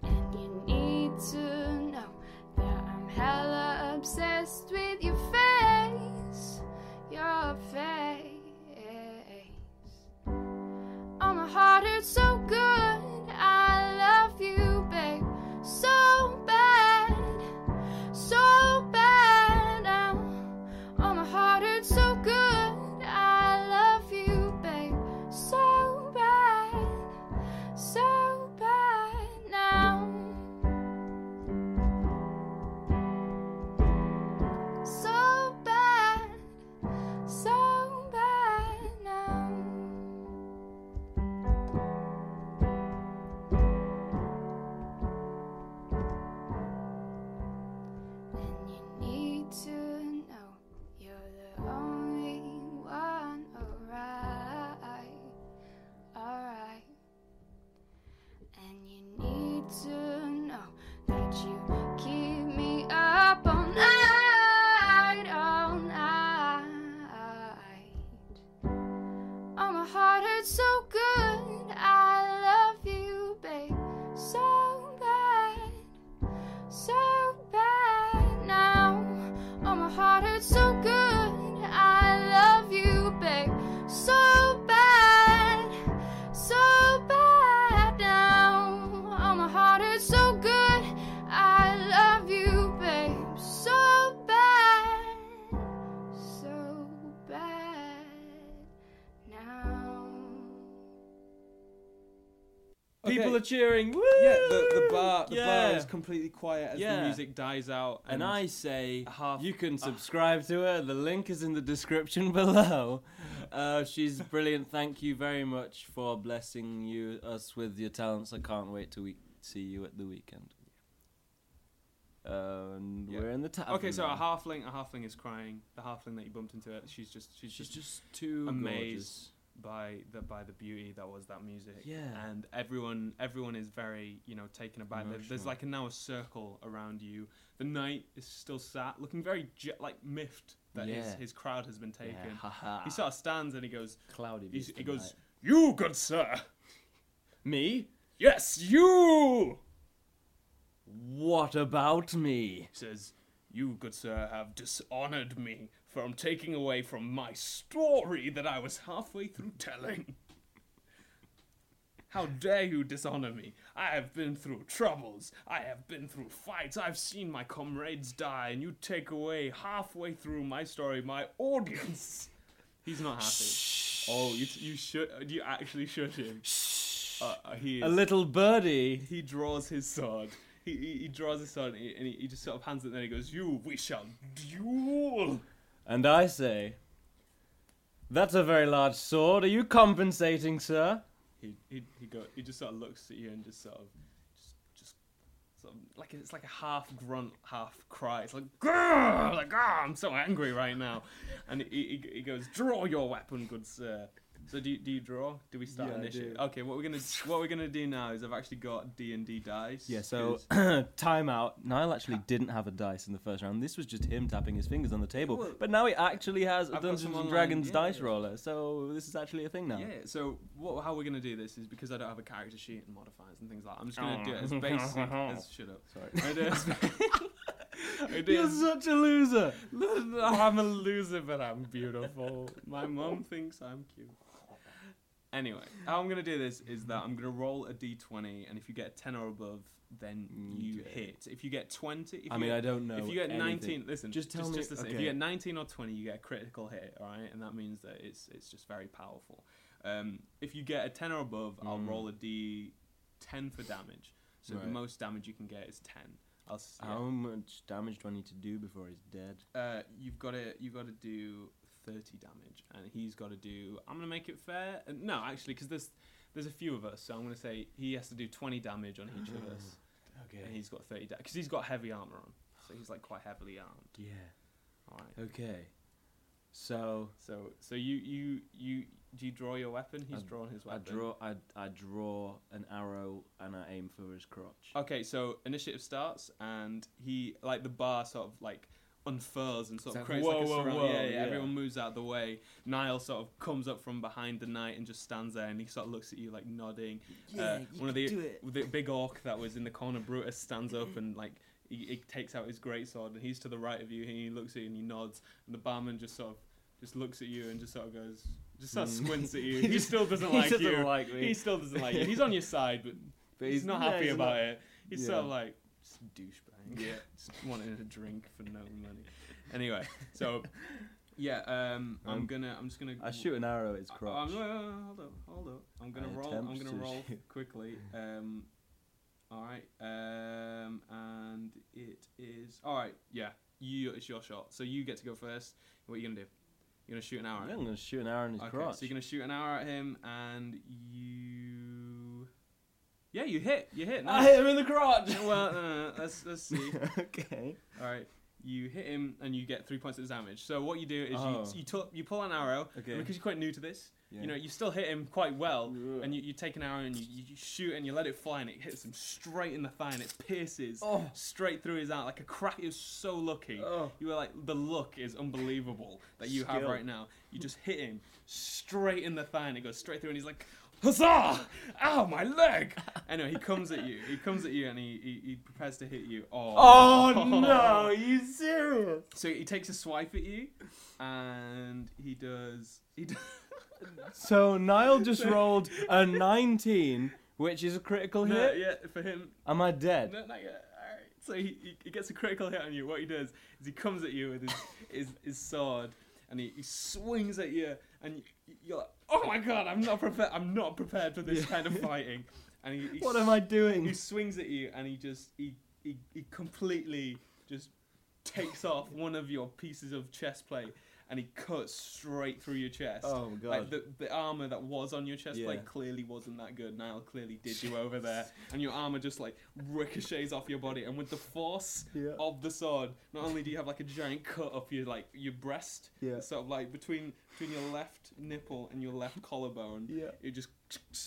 S4: And you need to know that I'm hella obsessed with your face, your face. Oh, my heart hurts so good. I love you, babe, so bad, so bad. Um, Oh, my heart hurts so good. I love you, babe, so bad, so bad now. So bad, so bad now. And you need to know you're the only one, alright, alright. And you need to know that you keep me up all night, all night. Oh, my heart hurts so good. I love you, babe, so bad so bad now. Oh, my heart hurts so good. I love you, babe, so bad, so bad now. Oh, my heart hurts so good. I love you, babe, so bad, so bad now.
S1: People are cheering. Woo!
S2: Yeah, the, the bar the
S1: Yeah.
S2: bar is completely quiet as
S1: Yeah.
S2: the music dies out,
S1: And I say,
S2: a half-
S1: you can subscribe to her. The link is in the description [LAUGHS] below. Uh, she's brilliant. Thank you very much for blessing you us with your talents. I can't wait to we- see you at the weekend. And
S2: Yeah.
S1: we're in the tavern.
S2: okay, so a
S1: now.
S2: halfling a halfling is crying. The halfling that you bumped into, it, she's just she's,
S1: she's
S2: just,
S1: just too
S2: amazed. by the by the beauty that was that music.
S1: Yeah.
S2: and everyone everyone is very you know taken aback. There- There's
S1: Emotional.
S2: like a, now a circle around you. The knight is still sat, looking very je- like miffed that his
S1: Yeah.
S2: his crowd has been taken.
S1: gorgeous. Yeah, haha.
S2: He sort of stands and he goes,
S1: cloudy.
S2: he's, he
S1: tonight.
S2: goes, "You, good sir, me? Yes, you."
S1: What about me?
S2: He says, "You, good sir, have dishonored me from taking away from my story that I was halfway through telling. How dare you dishonor me? I have been through troubles. I have been through fights. I've seen my comrades die, and you take away halfway through my story my audience." He's not happy. Oh, you, you should. You actually should him. Uh, uh, he is
S1: A little birdie.
S2: he draws his sword. He, he, he draws his sword and, he, and he, he just sort of hands it. And then he goes, "You, we shall duel."
S1: And I say, That's a very large sword. Are you compensating, sir?
S2: He he he go. He just sort of looks at you and just sort of, just just sort of like it's like a half grunt, half cry. It's like, "Grrr!" like ah, I'm so angry right now. And he, he he goes, "Draw your weapon, good sir." So do you, do you draw? Do we start
S3: Yeah, I
S2: initiative?
S3: do.
S2: Okay, what we're gonna what we're gonna do now is I've actually got D and D dice.
S1: So,
S2: 'cause-
S1: [CLEARS THROAT] timeout. Niall actually didn't have a dice in the first round. This was just him tapping his fingers on the table.
S2: Well,
S1: but now he actually has a
S2: I've got
S1: Dungeons
S2: some
S1: and
S2: online,
S1: Dragons
S2: yeah.
S1: dice roller. So, this is actually a thing now.
S2: Yeah, so what, how we're going to do this is because I don't have a character sheet and modifiers and things like that. I'm just going to do it
S1: Oh. [LAUGHS]
S2: as basic as. Shut up. [LAUGHS]
S1: Sorry.
S2: I do it as- I do it
S1: You're
S2: as-
S1: such a loser.
S2: [LAUGHS]
S1: [LAUGHS]
S2: I'm a loser, but I'm beautiful. My mum thinks I'm cute. Anyway, how I'm going to do this is that I'm going to roll a d20, and if you get a 10 or above, then
S1: Mm,
S2: you
S1: okay.
S2: hit. If you get 20, if
S1: I
S2: you
S1: mean,
S2: get,
S1: I don't know.
S2: if you get
S1: anything.
S2: 19, listen,
S1: Just tell me-
S2: listen, If
S1: okay.
S2: you get 19 or 20, you get a critical hit, all right? And that means that it's it's just very powerful. Um, if you get a 10 or above, I'll
S1: Mm.
S2: roll a d10 for damage. So
S1: Right.
S2: the most damage you can get is 10. I'll s- yeah.
S1: How much damage do I need to do before he's dead?
S2: uh, you've got to you've got to do 30 damage, and he's got to do. I'm gonna make it fair. Uh, no, actually, because there's there's a few of us, so I'm gonna say he has to do 20 damage on each of
S1: [SIGHS]
S2: us, and he's got 30 because he's got heavy armor on, so he's like quite heavily armed.
S1: Yeah.
S2: All right.
S1: Okay. So
S2: So so you you you do you draw your weapon? He's
S1: I-
S2: drawn his
S1: I
S2: weapon.
S1: draw I, I draw an arrow and I aim for his crotch.
S2: Okay, so initiative starts, and he like the bar sort of like unfurls and sort of
S1: It's like,
S2: creates like a
S1: whoa, whoa,
S2: surround.
S1: whoa,
S2: yeah, yeah,
S1: yeah.
S2: everyone moves out of the way. Niall sort of comes up from behind the knight and just stands there, and he sort of looks at you like nodding. uh, one of the the big orc that was in the corner, Brutus stands up and like. He, he takes out his greatsword and he's to the right of you and he looks at you and he nods and the barman just sort of just looks at you and just sort of goes just sort of
S1: Mm. [LAUGHS]
S2: squints at you.
S1: He
S2: he,
S1: just-
S2: still doesn't
S1: he
S2: like
S1: doesn't
S2: you.
S1: like me.
S2: he still doesn't like you.
S1: [LAUGHS]
S2: He's on your side, but
S1: but
S2: he's, not happy
S1: yeah, he's
S2: about
S1: not-
S2: it. He's sort of
S1: Yeah.
S2: like just a
S1: [LAUGHS]
S2: douchebag.
S1: Yeah.
S2: [LAUGHS] just wanting a drink for no money. Anyway, so yeah, um, I'm
S1: Um,
S2: gonna, I'm just gonna.
S1: I shoot an arrow at his
S2: I- Oh, I'm-
S1: crotch.
S2: no, no, no, hold up, hold up. I'm gonna
S1: I
S2: roll. I'm
S1: attempt
S2: gonna
S1: to
S2: roll
S1: shoot.
S2: quickly. Um, all right. Um, and it is all right. Yeah, you. It's your shot. So you get to go first. What are you gonna do? You're gonna shoot an arrow.
S1: Yeah, I'm gonna shoot an arrow in his
S2: Okay,
S1: crotch.
S2: so you're gonna shoot an arrow at him, and you. Yeah, you hit. You hit.
S1: I
S2: Nice.
S1: hit him in the crotch.
S2: [LAUGHS]
S1: [LAUGHS]
S2: well, uh, let's let's see.
S1: okay.
S2: All right, you hit him, and you get three points of damage. So what you do is
S1: Oh.
S2: you you, tu- you pull an arrow, and
S1: Okay.
S2: because you're quite new to this.
S1: Yeah.
S2: You know, you still hit him quite well,
S1: Yeah.
S2: and you, you take an arrow and you, you shoot and you let it fly, and it hits him straight in the thigh, and it pierces
S1: Oh.
S2: straight through his eye like a crack. It was so lucky.
S1: Oh.
S2: You were like, the look is unbelievable that you have
S1: Skill.
S2: right now. You just hit him straight in the thigh, and it goes straight through, and he's like, huzzah! Ow,
S1: [LAUGHS]
S2: my leg! anyway, he comes at you. He comes at you, and he, he, he prepares to hit you. [LAUGHS] Oh,
S1: Oh no! You serious?
S2: [LAUGHS] So he takes a swipe at you, and he does. He [LAUGHS] does
S1: So Niall
S2: [LAUGHS]
S1: just rolled a 19, which is a critical hit.
S2: no, yeah, for him,
S1: Am I dead?
S2: No, not yet. Alright. So he, he, he gets a critical hit on you. What he does is he comes at you with his, [LAUGHS] his, his sword and he, he swings at you and you, you're like, oh my god, I'm not prepared. I'm not prepared for this kind of
S1: [LAUGHS]
S2: fighting. And he, he
S1: What am I
S2: He
S1: doing?
S2: swings at you and he just he, he, he completely just takes off one of your pieces of chest plate and he cuts straight through your
S1: [LAUGHS]
S2: chest.
S1: Oh god!
S2: Like the, the armor that was on your chest
S1: Yeah.
S2: plate clearly wasn't that good. Niall clearly did
S1: [LAUGHS]
S2: you over there, and your armor just like ricochets off your body. And with the force
S1: Yeah.
S2: of the sword, not only do you have like a giant cut up your like your breast,
S1: Yeah.
S2: sort of like between between your left nipple and your left collarbone,
S1: Yeah.
S2: it just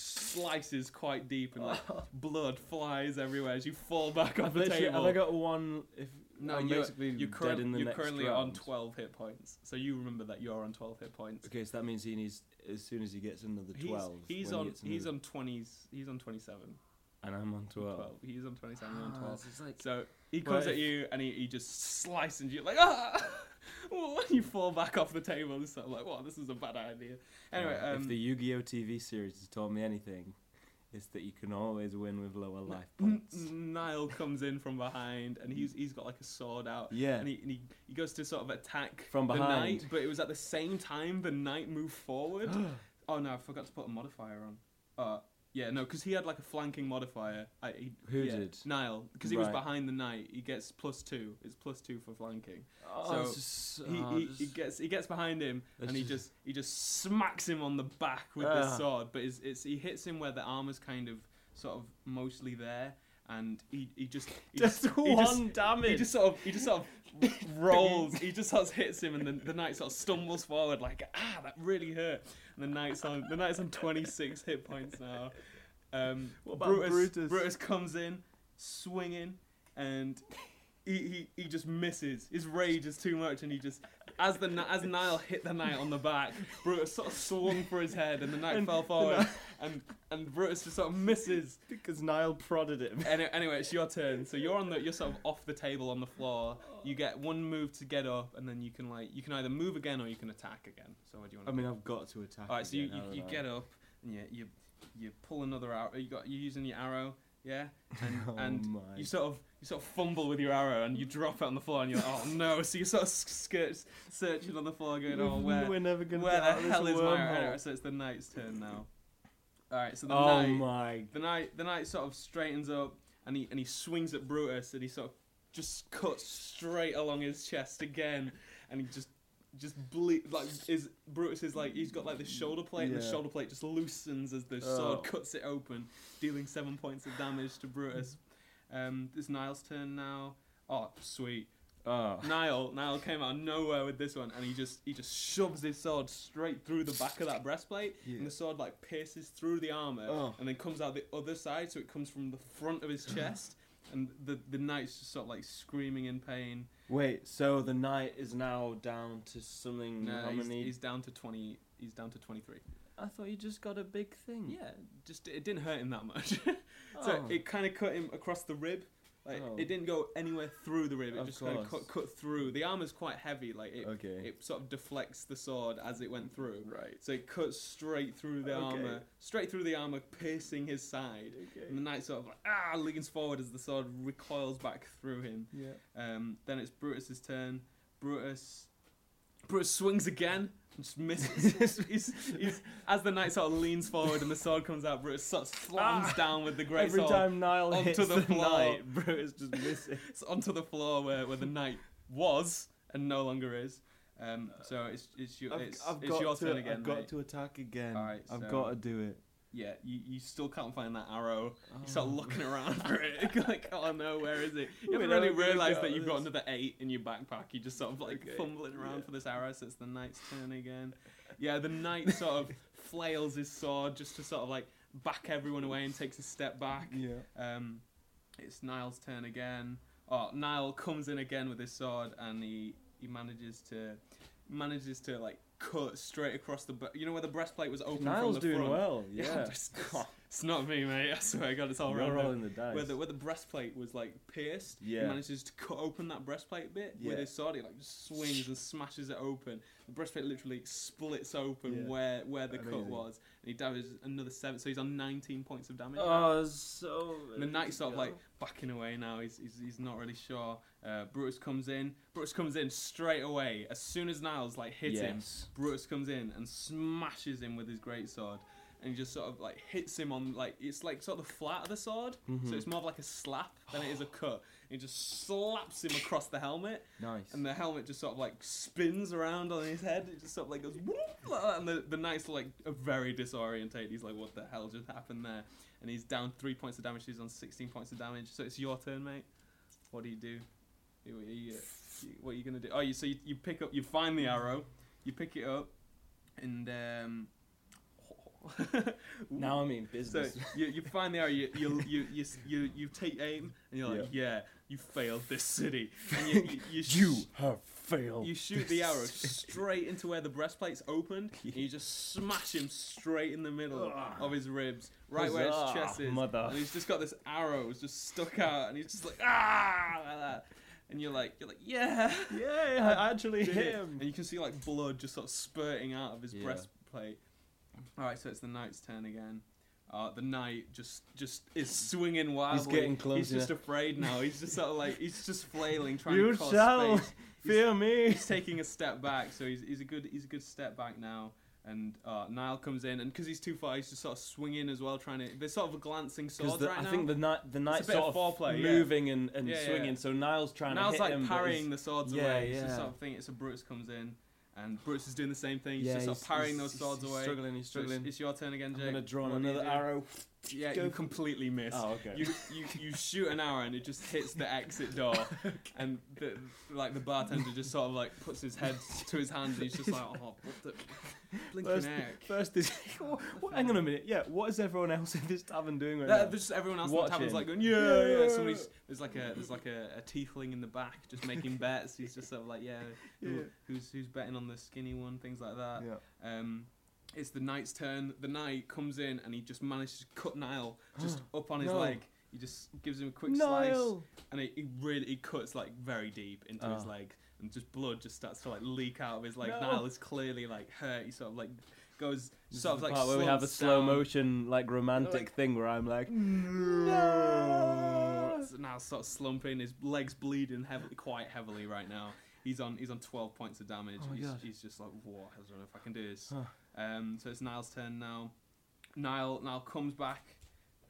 S2: slices quite deep, and like
S1: [LAUGHS]
S2: blood flies everywhere as you fall back off
S1: I've
S2: the
S1: literally. Have I
S2: table.
S1: got one? If
S2: No,
S1: I'm
S2: you're-
S1: basically
S2: You're, current-
S1: dead in the
S2: you're
S1: next
S2: currently on
S1: round.
S2: 12 hit points, so you remember that you're on 12 hit points.
S1: Okay, so that means he needs as soon as he gets another
S2: He's-
S1: 12.
S2: He's,
S1: when he
S2: on.
S1: gets
S2: He's
S1: another-
S2: on twenties. He's on twenty-seven.
S1: and I'm on 12.
S2: Twelve. He's on twenty-seven. you're on
S1: Ah,
S2: twelve.
S1: so it's like-
S2: So he comes
S1: Well,
S2: at
S1: if-
S2: you and he, he just slices you like ah. [LAUGHS] you fall back off the table and stuff like, wow, this is a bad idea. Anyway,
S1: Uh,
S2: um,
S1: if the Yu-Gi-Oh TV series has taught me anything, it's that you can always win with lower life
S2: N-
S1: points.
S2: N- Niall comes in from behind and he's he's got like a sword out.
S1: Yeah.
S2: And he, and he, he goes to sort of attack
S1: From
S2: the
S1: behind.
S2: knight, but it was at the same time the knight moved forward.
S1: [GASPS]
S2: oh no, I forgot to put a modifier on. Uh, yeah, no, because he had like a flanking modifier. I, he,
S1: Who
S2: yeah,
S1: did?
S2: Niall, because he was
S1: Right.
S2: behind the knight. He gets plus two. It's plus two for flanking.
S1: Oh,
S2: so
S1: it's just-
S2: he,
S1: oh,
S2: he,
S1: just-
S2: he gets he gets behind him
S1: Let's
S2: and he
S1: just-
S2: just he just smacks him on the back with
S1: Ah.
S2: the sword. But it's, it's he hits him where the armor's kind of sort of mostly there, and he, he just [LAUGHS]
S1: [LAUGHS]
S2: he
S1: Just
S2: he just-
S1: one damage.
S2: He just sort of he just sort of rolls. He just sort of hits him, and the, the knight sort of stumbles forward like ah that really hurt. And the knight's on the knight's on twenty six hit points now. Um,
S1: What about
S2: Brutus,
S1: Brutus?
S2: comes in, swinging, and he, he, he just misses. His rage is too much, and he just as the kn- as Niall hit the knight on the back, Brutus sort of swung for his head, and the knight fell forward, and and Brutus just sort of misses.
S1: because Niall prodded
S2: [LAUGHS]
S1: him.
S2: Any, anyway, it's your turn. So you're on the you're sort of off the table on the floor. You get one move to get up, and then you can like you can either move again or you can attack again. So what do you want?
S1: I mean, I've got to attack.
S2: All right, so you,
S1: again,
S2: you,
S1: haven't
S2: you
S1: I?
S2: get up and you, you you pull another arrow. You got you using your arrow, yeah, and
S1: [LAUGHS] Oh
S2: and
S1: my.
S2: you sort of you sort of fumble with your arrow and you drop it on the floor and you're like, oh no. So you sort of skirt searching on the floor, going,
S1: [LAUGHS]
S2: oh where
S1: We're never gonna
S2: where
S1: get out of
S2: the
S1: this
S2: hell is my
S1: wormhole.
S2: arrow? So it's the knight's turn now. All right, so the
S1: Oh
S2: knight
S1: my!
S2: the knight the knight sort of straightens up and he and he swings at Brutus and he sort of just cuts straight along his chest again and he just just ble- like is Brutus is like he's got like the shoulder plate and the
S1: Yeah.
S2: shoulder plate just loosens as the sword
S1: Oh.
S2: cuts it open, dealing
S1: [LAUGHS]
S2: seven points of damage to Brutus. Um, it's Niall's turn now. Oh sweet.
S1: Oh.
S2: Niall, Niall came out of nowhere with this one, and he just he just shoves his sword straight through the back of that breastplate, and the sword like pierces through the armor,
S1: Oh.
S2: and then comes out the other side, so it comes from the front
S1: [LAUGHS]
S2: of his chest, and the the knight's just sort of like screaming in pain.
S1: Wait, so the knight is now down to something.
S2: No,
S1: Mm, how
S2: he's,
S1: many?
S2: he's down to twenty. He's down to twenty three.
S1: I thought you just got a big thing.
S2: Yeah, just it didn't hurt him that much.
S1: Hmm.
S2: [LAUGHS]
S1: Oh.
S2: So it kind of cut him across the rib. Like
S1: Oh.
S2: it didn't go anywhere through the rib. It
S1: Of
S2: just kind of
S1: course.
S2: cut, cut through. The armor's quite heavy. Like it,
S1: Okay.
S2: it sort of deflects the sword as it went through.
S1: Right.
S2: So it cuts straight through the
S1: Okay.
S2: armor, straight through the armor, piercing his side. And the knight sort of like, ah leans forward as the sword recoils back through him.
S1: Yeah.
S2: Um, then it's Brutus's turn. Brutus, Brutus swings again. and Just misses. [LAUGHS] he's, he's, as the knight sort of leans forward and the sword comes out, Brutus sort of slams down with the great
S1: Ah, Every
S2: sword
S1: time Niall
S2: onto
S1: hits
S2: the
S1: the,
S2: floor.
S1: knight, Brutus [LAUGHS] just missing.
S2: [LAUGHS] It's onto the floor where, where the knight was and no longer is. Um, so it's it's your it's, it's your turn again.
S1: I've got
S2: mate.
S1: to attack again.
S2: Alright,
S1: I've
S2: so-
S1: got to do it.
S2: Yeah, you, you still can't find that arrow. You start
S1: Oh.
S2: looking around for it. [LAUGHS] You're like, oh no, where is it?
S1: [LAUGHS]
S2: You
S1: Where
S2: haven't
S1: am
S2: really
S1: I gonna
S2: realised
S1: go
S2: that
S1: with
S2: you've got
S1: this?
S2: another eight in your backpack. You're just sort of like
S1: Okay,
S2: fumbling around
S1: yeah.
S2: for this arrow, so it's the knight's turn again. Yeah, the knight
S1: [LAUGHS]
S2: sort of flails his sword just to sort of like back everyone away and takes a step back.
S1: Yeah.
S2: Um, it's Niall's turn again. Oh, Niall comes in again with his sword, and he he manages to manages to like cut straight across the. bu- you know where the breastplate was open.
S1: Niall's
S2: from
S1: doing
S2: the front? [LAUGHS]
S1: well. Yeah. [LAUGHS]
S2: it's, [LAUGHS] it's not me, mate. I swear to God, it's all
S1: You're
S2: around
S1: rolling the dice.
S2: Where the, where the breastplate was like pierced,
S1: Yeah.
S2: he manages to cut open that breastplate bit
S1: Yeah.
S2: with his sword. He like just swings and smashes it open. The breastplate literally splits open
S1: Yeah.
S2: where where the cut
S1: Amazing.
S2: was, and he damages another seven. So he's on 19 points of damage.
S1: Oh, so.
S2: And the knight's sort of like backing away now. He's, he's, he's not really sure. Uh, Brutus comes in. Brutus comes in straight away. As soon as Niles like hits him,
S1: Yes.
S2: Brutus comes in and smashes him with his great sword, and he just sort of like hits him on like it's like sort of the flat of the sword, so it's more of like a slap than it is a cut. He just slaps him across the helmet,
S1: Nice.
S2: and the helmet just sort of like spins around on his head. It just sort of like goes, whoop, like that, and the, the knight's like very disorientated. He's like, what the hell just happened there? And he's down three points of damage. He's on 16 points of damage. So it's your turn, mate. What do you do? You- you- you- What are you gonna do? Oh, you so you, you pick up, you find the arrow, you pick it up, and um. [LAUGHS]
S1: now I mean
S2: So
S1: business.
S2: you, you find the arrow, you you, you you s- you you take aim, and you're like, yeah, you failed this city, and you you,
S1: [LAUGHS]
S2: you, sh-
S1: have failed.
S2: you shoot the arrow [LAUGHS] straight into where the breastplate's opened, and you just smash him straight in the middle of his ribs, right where his
S1: Ah. Huzzah,
S2: chest is.
S1: mother.
S2: And he's just got this arrow just stuck out, and he's just like ah, like that. and you're like you're like yeah,
S1: [LAUGHS] yeah, I actually
S2: did
S1: hit
S2: it.
S1: him.
S2: [LAUGHS] and you can see like blood just sort of spurting out of his
S1: Yeah.
S2: breastplate. All right, so it's the knight's turn again. Uh, the knight just just is swinging wildly.
S1: getting
S2: He's
S1: closer.
S2: just afraid now. He's just sort of like he's just flailing, trying
S1: You
S2: to cause
S1: shall
S2: space. He's-
S1: Fear me.
S2: he's taking a step back, so he's, he's a good he's a good step back now. And uh, Niall comes in, and because he's too far, he's just sort of swinging as well, trying to. They're sort of a glancing swords
S1: the,
S2: right
S1: I
S2: now.
S1: think the knight, the knight's
S2: bit
S1: sort
S2: of
S1: of
S2: foreplay, yeah.
S1: moving and, and
S2: Yeah, yeah.
S1: swinging. So Niall's trying
S2: Niall's
S1: to hit
S2: like
S1: him. but he's-
S2: parrying the swords
S1: Yeah,
S2: away. It's
S1: yeah.
S2: just sort of thing. It's a Brutus comes in, and Brutus is doing the same thing. He's
S1: Yeah,
S2: just sort of
S1: he's-
S2: parrying
S1: he's-
S2: those
S1: he's-
S2: swords
S1: he's
S2: away.
S1: Struggling, he's
S2: So it's-
S1: struggling.
S2: It's, your turn again,
S1: I'm
S2: Jake.
S1: gonna draw
S2: What do you
S1: another
S2: do?
S1: arrow.
S2: Yeah,
S1: Go
S2: you
S1: for-
S2: completely miss.
S1: Oh, okay.
S2: You, you you shoot an arrow and it just hits the
S1: [LAUGHS]
S2: exit door, and the, like the bartender just sort of like puts his head to his hands. And he's just like, oh, what
S1: [LAUGHS]
S2: the blinking
S1: Where's
S2: heck.
S1: [LAUGHS] First is. [LAUGHS] what, hang on a minute. Yeah, what is everyone else in this tavern doing right
S2: That,
S1: now?
S2: there's just everyone else in the tavern's
S1: Watching.
S2: like going, yeah, yeah.
S1: Yeah.
S2: Somebody's there's like a there's like a, a tiefling in the back just
S1: [LAUGHS]
S2: making bets. He's just sort of like, yeah, who,
S1: Yeah.
S2: who's who's betting on the skinny one, things like that.
S1: Yeah.
S2: Um, it's the knight's turn. The knight comes in and he just manages to cut Niall
S1: [GASPS]
S2: just up on his
S1: No.
S2: leg. He just gives him a quick slice,
S1: Niall.
S2: and he, he really he cuts like very deep into his
S1: Oh.
S2: leg, and just blood just starts to like leak out of his leg.
S1: No.
S2: Niall is clearly like hurt. He sort of like goes
S1: This is
S2: sort of
S1: the
S2: like
S1: part where we have a
S2: slumps
S1: slow
S2: down.
S1: motion, like romantic
S2: Like-
S1: thing where I'm like,
S2: Uh,
S1: no.
S2: so now sort of slumping, his legs bleeding heavily, quite heavily right now. He's on he's on twelve points of damage.
S1: Oh my
S2: he's,
S1: God.
S2: he's just like, whoa, I don't know if I can do this.
S1: Huh.
S2: Um, so it's Niall's turn now. Niall Niall comes back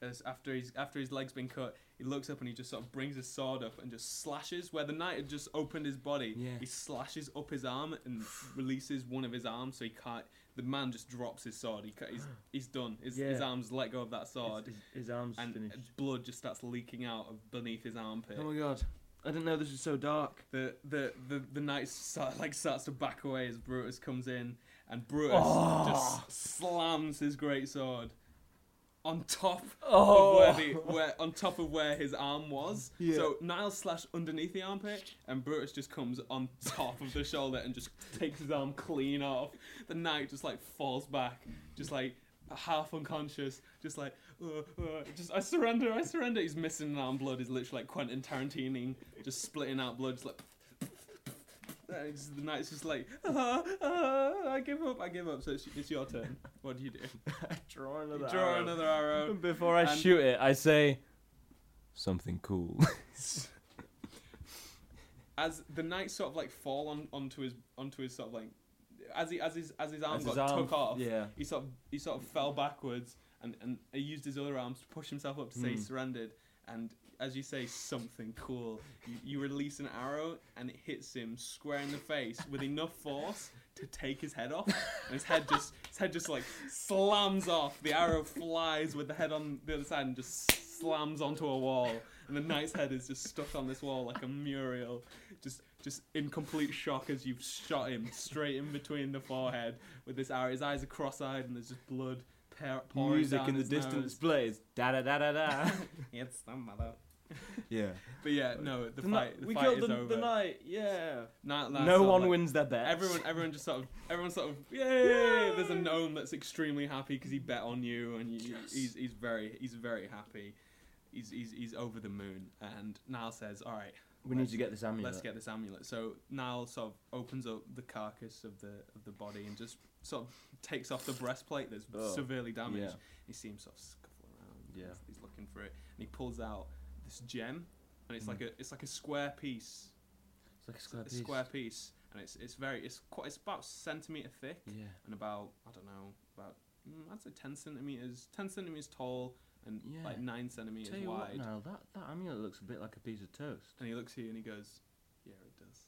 S2: as after he's after his leg's been cut. He looks up and he just sort of brings his sword up and just slashes where the knight had just opened his body.
S1: Yeah.
S2: He slashes up his arm and releases one of his arms, so he can't. The man just drops his sword. He ca- he's he's done. His, his
S1: Yeah.
S2: arms let go of that sword
S1: His, his arms
S2: and uh,
S1: finished.
S2: blood just starts leaking out of beneath his armpit.
S1: Oh my god.
S3: I didn't know this was so dark.
S2: The the the, the knight start, like starts to back away as Brutus comes in, and Brutus
S3: Oh.
S2: just
S1: [LAUGHS]
S2: slams his great sword on top
S3: Oh.
S2: of where, the, where on top of where his arm was.
S3: Yeah.
S2: So Niles slash underneath the armpit, and Brutus just comes on top of the shoulder and just takes his arm clean off. The knight just like falls back, just like half unconscious, just like uh, uh, just I surrender, I surrender. He's missing an arm. Blood is literally like Quentin Tarantino, just splitting out blood, just like. And it's- the knight's just like, "Ah, ah, I give up, I give up. So it's, it's your turn. What do you do?
S1: Draw
S2: You
S1: another.
S2: draw another
S1: [LAUGHS]
S2: arrow.
S1: Before I
S2: And-
S1: shoot it, I say something cool.
S2: as the knight sort of like fall on onto his onto his sort of like as he as his as his
S1: [LAUGHS]
S2: arm
S1: As
S2: got
S1: his arm-
S2: took off,
S1: Yeah.
S2: he sort of he sort of fell backwards and and he used his other arms to push himself up to say he
S1: Mm.
S2: surrendered. And as you say, something cool. You, you release an arrow and it hits him square in the face with enough force to take his head off. And his head just his head just like slams off. The arrow flies with the head on the other side and just slams onto a wall. And the knight's head is just stuck on this wall like a Muriel, just just in complete shock as you've shot him straight in between the forehead with this arrow. His eyes are cross-eyed and there's just blood pour- pouring
S1: Music
S2: down
S1: in the
S2: his
S1: distance
S2: nose.
S1: plays. Da da da da
S2: [LAUGHS]
S1: da.
S2: It's the mother.
S1: yeah.
S2: But yeah, no, the,
S3: kni-
S2: fight. The
S3: we
S2: fight
S3: killed
S2: is
S3: the,
S2: over.
S3: the knight. Yeah.
S2: Night- night sort
S1: No
S2: of
S1: one
S2: like-
S1: wins their bet.
S2: Everyone, everyone just sort of, everyone sort of, yay!
S3: Yay!
S2: There's a gnome that's extremely happy because he bet on you, and you, he's he's very he's very happy. He's he's he's over the moon. And Niall says, "All right,
S1: We need to get this amulet.
S2: let's get this amulet." So Niall sort of opens up the carcass of the of the body and just sort of takes off the breastplate that's
S1: Oh,
S2: severely damaged.
S1: yeah.
S2: You see him sort of scuffle around.
S1: Yeah.
S2: He's- He's looking for it, and he pulls out this gem, and
S1: Hmm.
S2: it's like a it's like a square piece
S1: It's like a
S2: it's a square piece, and it's it's very it's quite it's about centimeter thick
S1: Yeah.
S2: and about I don't know about mm, I'd say ten centimeters, ten centimeters tall and
S1: Yeah.
S2: like nine centimeters
S1: Tell you what,
S2: wide.
S1: now that that amulet looks a bit like a piece of toast.
S2: And he looks at you and he goes, "Yeah, it does."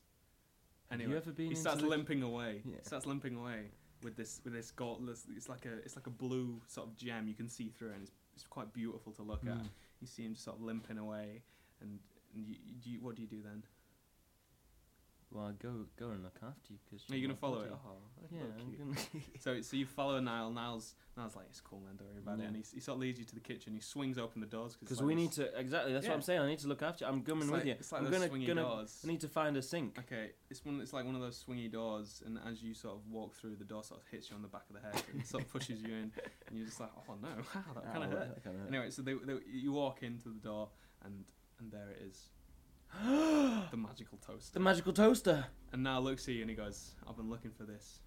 S1: Have
S2: Anyway,
S1: you ever been
S2: he
S1: into
S2: starts
S1: the-
S2: limping away.
S1: Yeah.
S2: Starts limping away with this with this godless. It's like a it's like a blue sort of gem you can see through, and it's it's quite beautiful to look at.
S1: Mm.
S2: You see him sort of limping away, and, and you, do you, what do you do then?
S1: Well, I go go and look after you because.
S2: Are you gonna follow it? Oh,
S1: Yeah.
S2: look
S1: I'm
S2: cute.
S1: gonna...
S2: So so you follow Niall. Niall's Niall's like it's cool, man. Don't worry about it.
S1: Yeah.
S2: And he, s- he sort of leads you to the kitchen. He swings open the doors
S1: Because we need to exactly. That's
S2: Yeah.
S1: what I'm saying. I need to look after. you. I'm coming
S2: It's
S1: with
S2: like-
S1: you.
S2: it's like
S1: I'm
S2: those
S1: gonna
S2: swinging
S1: gonna.
S2: doors.
S1: I need to find a sink.
S2: Okay, it's one. It's like one of those swingy doors, and as you sort of walk through, the door sort of hits you on the back of the head and sort of pushes you in, and you're just like, oh no, [LAUGHS] wow,
S1: [LAUGHS]
S2: that kind of
S1: Ow,
S2: hurt.
S1: that kinda hurt.
S2: Anyway, so they, they, you walk into the door, and and there it is,
S1: [GASPS]
S2: the magical toast.
S1: The magical toaster.
S2: And now looks at you and he goes, I've been looking for this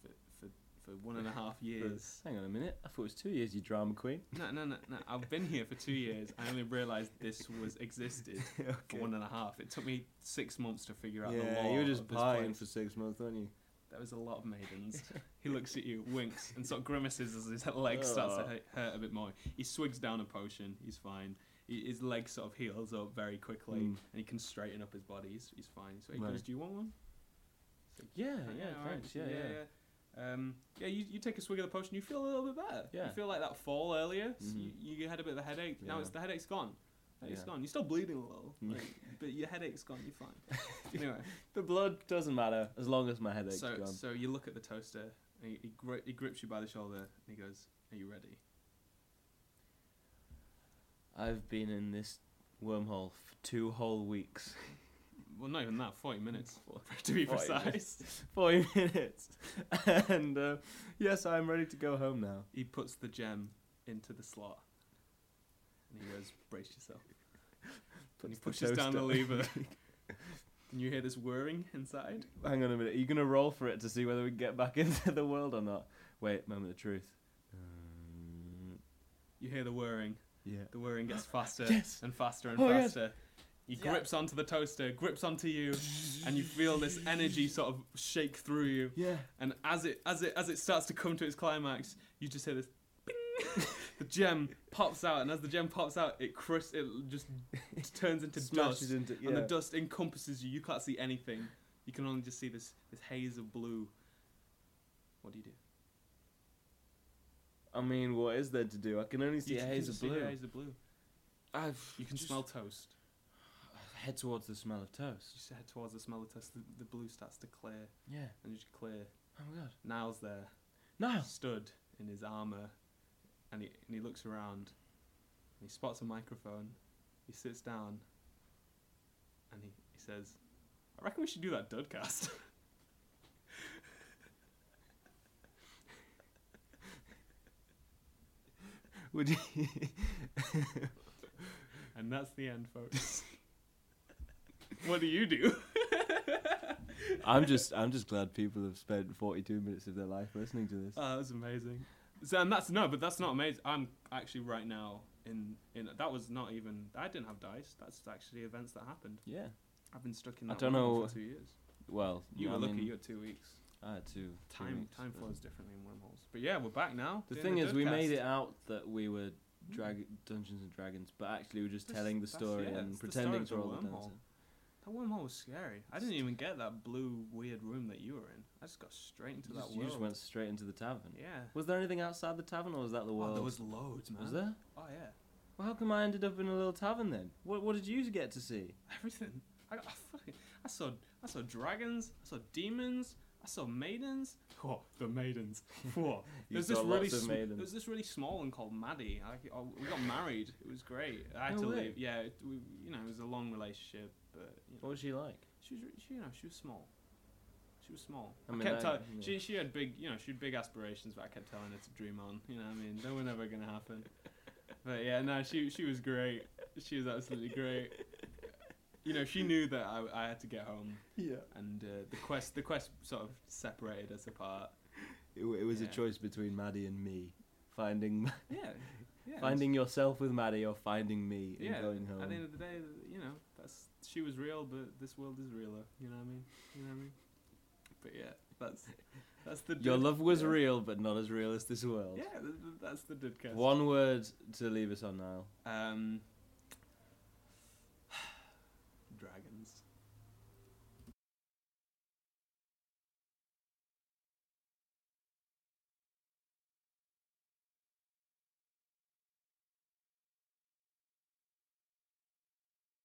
S2: for for, for one and a
S1: [LAUGHS]
S2: half years.
S1: Hang on a minute. I thought it was two years. You drama queen.
S2: [LAUGHS] No, no, no, no. I've been here for two years. I only realised this was existed
S1: [LAUGHS]
S2: for one and a half. It took me six months to figure out the law.
S1: you were just
S2: of this
S1: buying
S2: place.
S1: for six months, weren't you?
S2: There was a lot of maidens. he looks at you, winks, and sort of grimaces as his leg starts to
S1: Ugh.
S2: hu- hurt a bit more. He swigs down a potion. He's fine. He, his leg sort of heals up very quickly,
S1: Mm.
S2: and he can straighten up his body. He's, he's fine. So he
S1: Right.
S2: goes, "Do you want one?"
S1: Yeah, yeah,
S2: "Oh, all right.
S1: thanks. Yeah, yeah.
S2: yeah. Um, yeah, you, you take a swig of the potion, you feel a little bit better. You
S1: Yeah.
S2: feel like that fall earlier, s-
S1: Mhm.
S2: you, you had a bit of a headache. Now
S1: Yeah.
S2: it's the headache's gone. Headache's
S1: Yeah.
S2: gone. You're still bleeding a little,
S1: [LAUGHS] Yeah.
S2: like, but your headache's gone.
S1: [LAUGHS]
S2: You're fine. anyway,
S1: The blood doesn't matter as long as my headache's
S2: so
S1: gone.
S2: so you look at the toaster, and he, he, gri- he grips you by the shoulder, and he goes, "Are you ready?"
S1: I've been in this wormhole for two whole weeks.
S2: Well, not even that. Forty minutes, [LAUGHS] to be
S1: Forty
S2: precise.
S1: Forty minutes, [LAUGHS] and uh, yes, I'm ready to go home now.
S2: He puts the gem into the slot, and he goes, "Brace yourself." and he
S1: Puts
S2: pushes down the
S1: toaster- [LAUGHS]
S2: lever, and you hear this whirring inside.
S1: Hang on a minute. Are you gonna roll for it to see whether we get back [LAUGHS] into the world or not? Wait, moment of truth. Um,
S2: You hear the whirring.
S1: yeah.
S2: The whirring
S1: [GASPS]
S2: gets faster
S1: Yes.
S2: and faster and
S1: Oh, yes.
S2: faster. He
S1: Yeah.
S2: grips onto the toaster, grips onto you, and you feel this
S1: [LAUGHS]
S2: energy sort of shake through you.
S1: Yeah.
S2: And as it as it as it starts to come to its climax, you just hear this. Bing! [LAUGHS] the gem pops out, and as the gem pops out, it cris- it just turns into dust,
S1: Smashes into. Yeah.
S2: and the dust encompasses you. You can't see anything. You can only just see this this haze of blue. What do you do?
S1: I mean, what is there to do? I can only see
S2: you
S1: a
S2: can
S1: haze of
S2: see the
S1: blue.
S2: haze of blue.
S1: I've
S2: You can
S1: just-
S2: smell toast.
S1: head towards the smell of toast.
S2: Just head towards the smell of toast. The, the blue starts to clear,
S1: Yeah.
S2: and you just clear.
S1: Oh my god.
S2: Niall's there,
S1: Niles.
S2: stood in his armor, and he and he looks around, and he spots a microphone. He sits down, and he, he says, "I reckon we should do that [LAUGHS] Dudcast."
S1: Would you?
S2: and that's the end, folks. [LAUGHS] what do you do?
S1: [LAUGHS] I'm just I'm just glad people have spent 42 minutes of their life listening to this.
S2: Oh, that was amazing. So, and that's no, but that's not amazing. I'm actually right now in in that was not even. I didn't have dice. That's actually events that happened.
S1: yeah.
S2: I've been stuck in
S1: I
S2: that
S1: don't
S2: bubble
S1: know.
S2: for two years.
S1: Well,
S2: You
S1: I
S2: were lucky.
S1: mean,
S2: You had two weeks.
S1: I had two. two
S2: Time
S1: weeks,
S2: time
S1: but-
S2: flows differently in wormholes. But yeah, we're back now.
S1: The
S2: doing
S1: thing is, we made
S2: Dudecast.
S1: it out that we were drag- Dungeons and Dragons, but actually we were just
S2: That's-
S1: telling the
S2: that's-
S1: story
S2: yeah,
S1: and
S2: it's the
S1: pretending
S2: story
S1: to
S2: of
S1: roll
S2: the
S1: the dice.
S2: wormhole. That wormhole was scary. I didn't even get that blue weird room that you were in. I just got straight into
S1: You
S2: that
S1: just,
S2: world.
S1: you just went straight into the tavern.
S2: yeah.
S1: Was there anything outside the tavern, or was that the world?
S2: Oh, there was loads, man.
S1: Was there?
S2: Oh yeah.
S1: Well, how come I ended up in a little tavern then? What What did you get to see?
S2: Everything. I, got, I, fucking, I saw I saw dragons. I saw demons. I saw maidens. Oh,
S1: [LAUGHS]
S2: the maidens. Whoa.
S1: You
S2: There's
S1: saw
S2: this really
S1: lots of
S2: sm-
S1: maidens.
S2: there's this really small one called Maddie. I, I, we got married. It was great. I had
S1: No
S2: to
S1: way.
S2: leave. Yeah, it, we, you know, it was a long relationship, but you know,
S1: What was she like?
S2: she was re- she, you know she was small. She was small.
S1: I
S2: I,
S1: mean,
S2: kept
S1: I-
S2: telling
S1: yeah.
S2: she she had big you know she had big aspirations, but I kept telling her to dream on. You know, what I mean, they were never gonna happen. But yeah, no, she she was great. She was absolutely great. You know, she knew that I, I had to get home,
S1: Yeah.
S2: and uh, the quest the quest sort of separated us apart.
S1: It, w- it was a
S2: Yeah.
S1: choice between Maddie and me.
S2: [LAUGHS]
S1: Finding
S2: Yeah, yeah.
S1: finding yourself with Maddie or finding me and
S2: yeah.
S1: going home.
S2: At the end of the day, you know, that's she was real, but this world is realer. You know what I mean? You know what I mean? But yeah, that's that's the
S1: Your
S2: dud-
S1: love was
S2: yeah.
S1: real, but not as real as this world.
S2: Yeah, th- th- that's the Dudcast.
S1: One word to leave us on, Niall.
S2: Um, [SIGHS]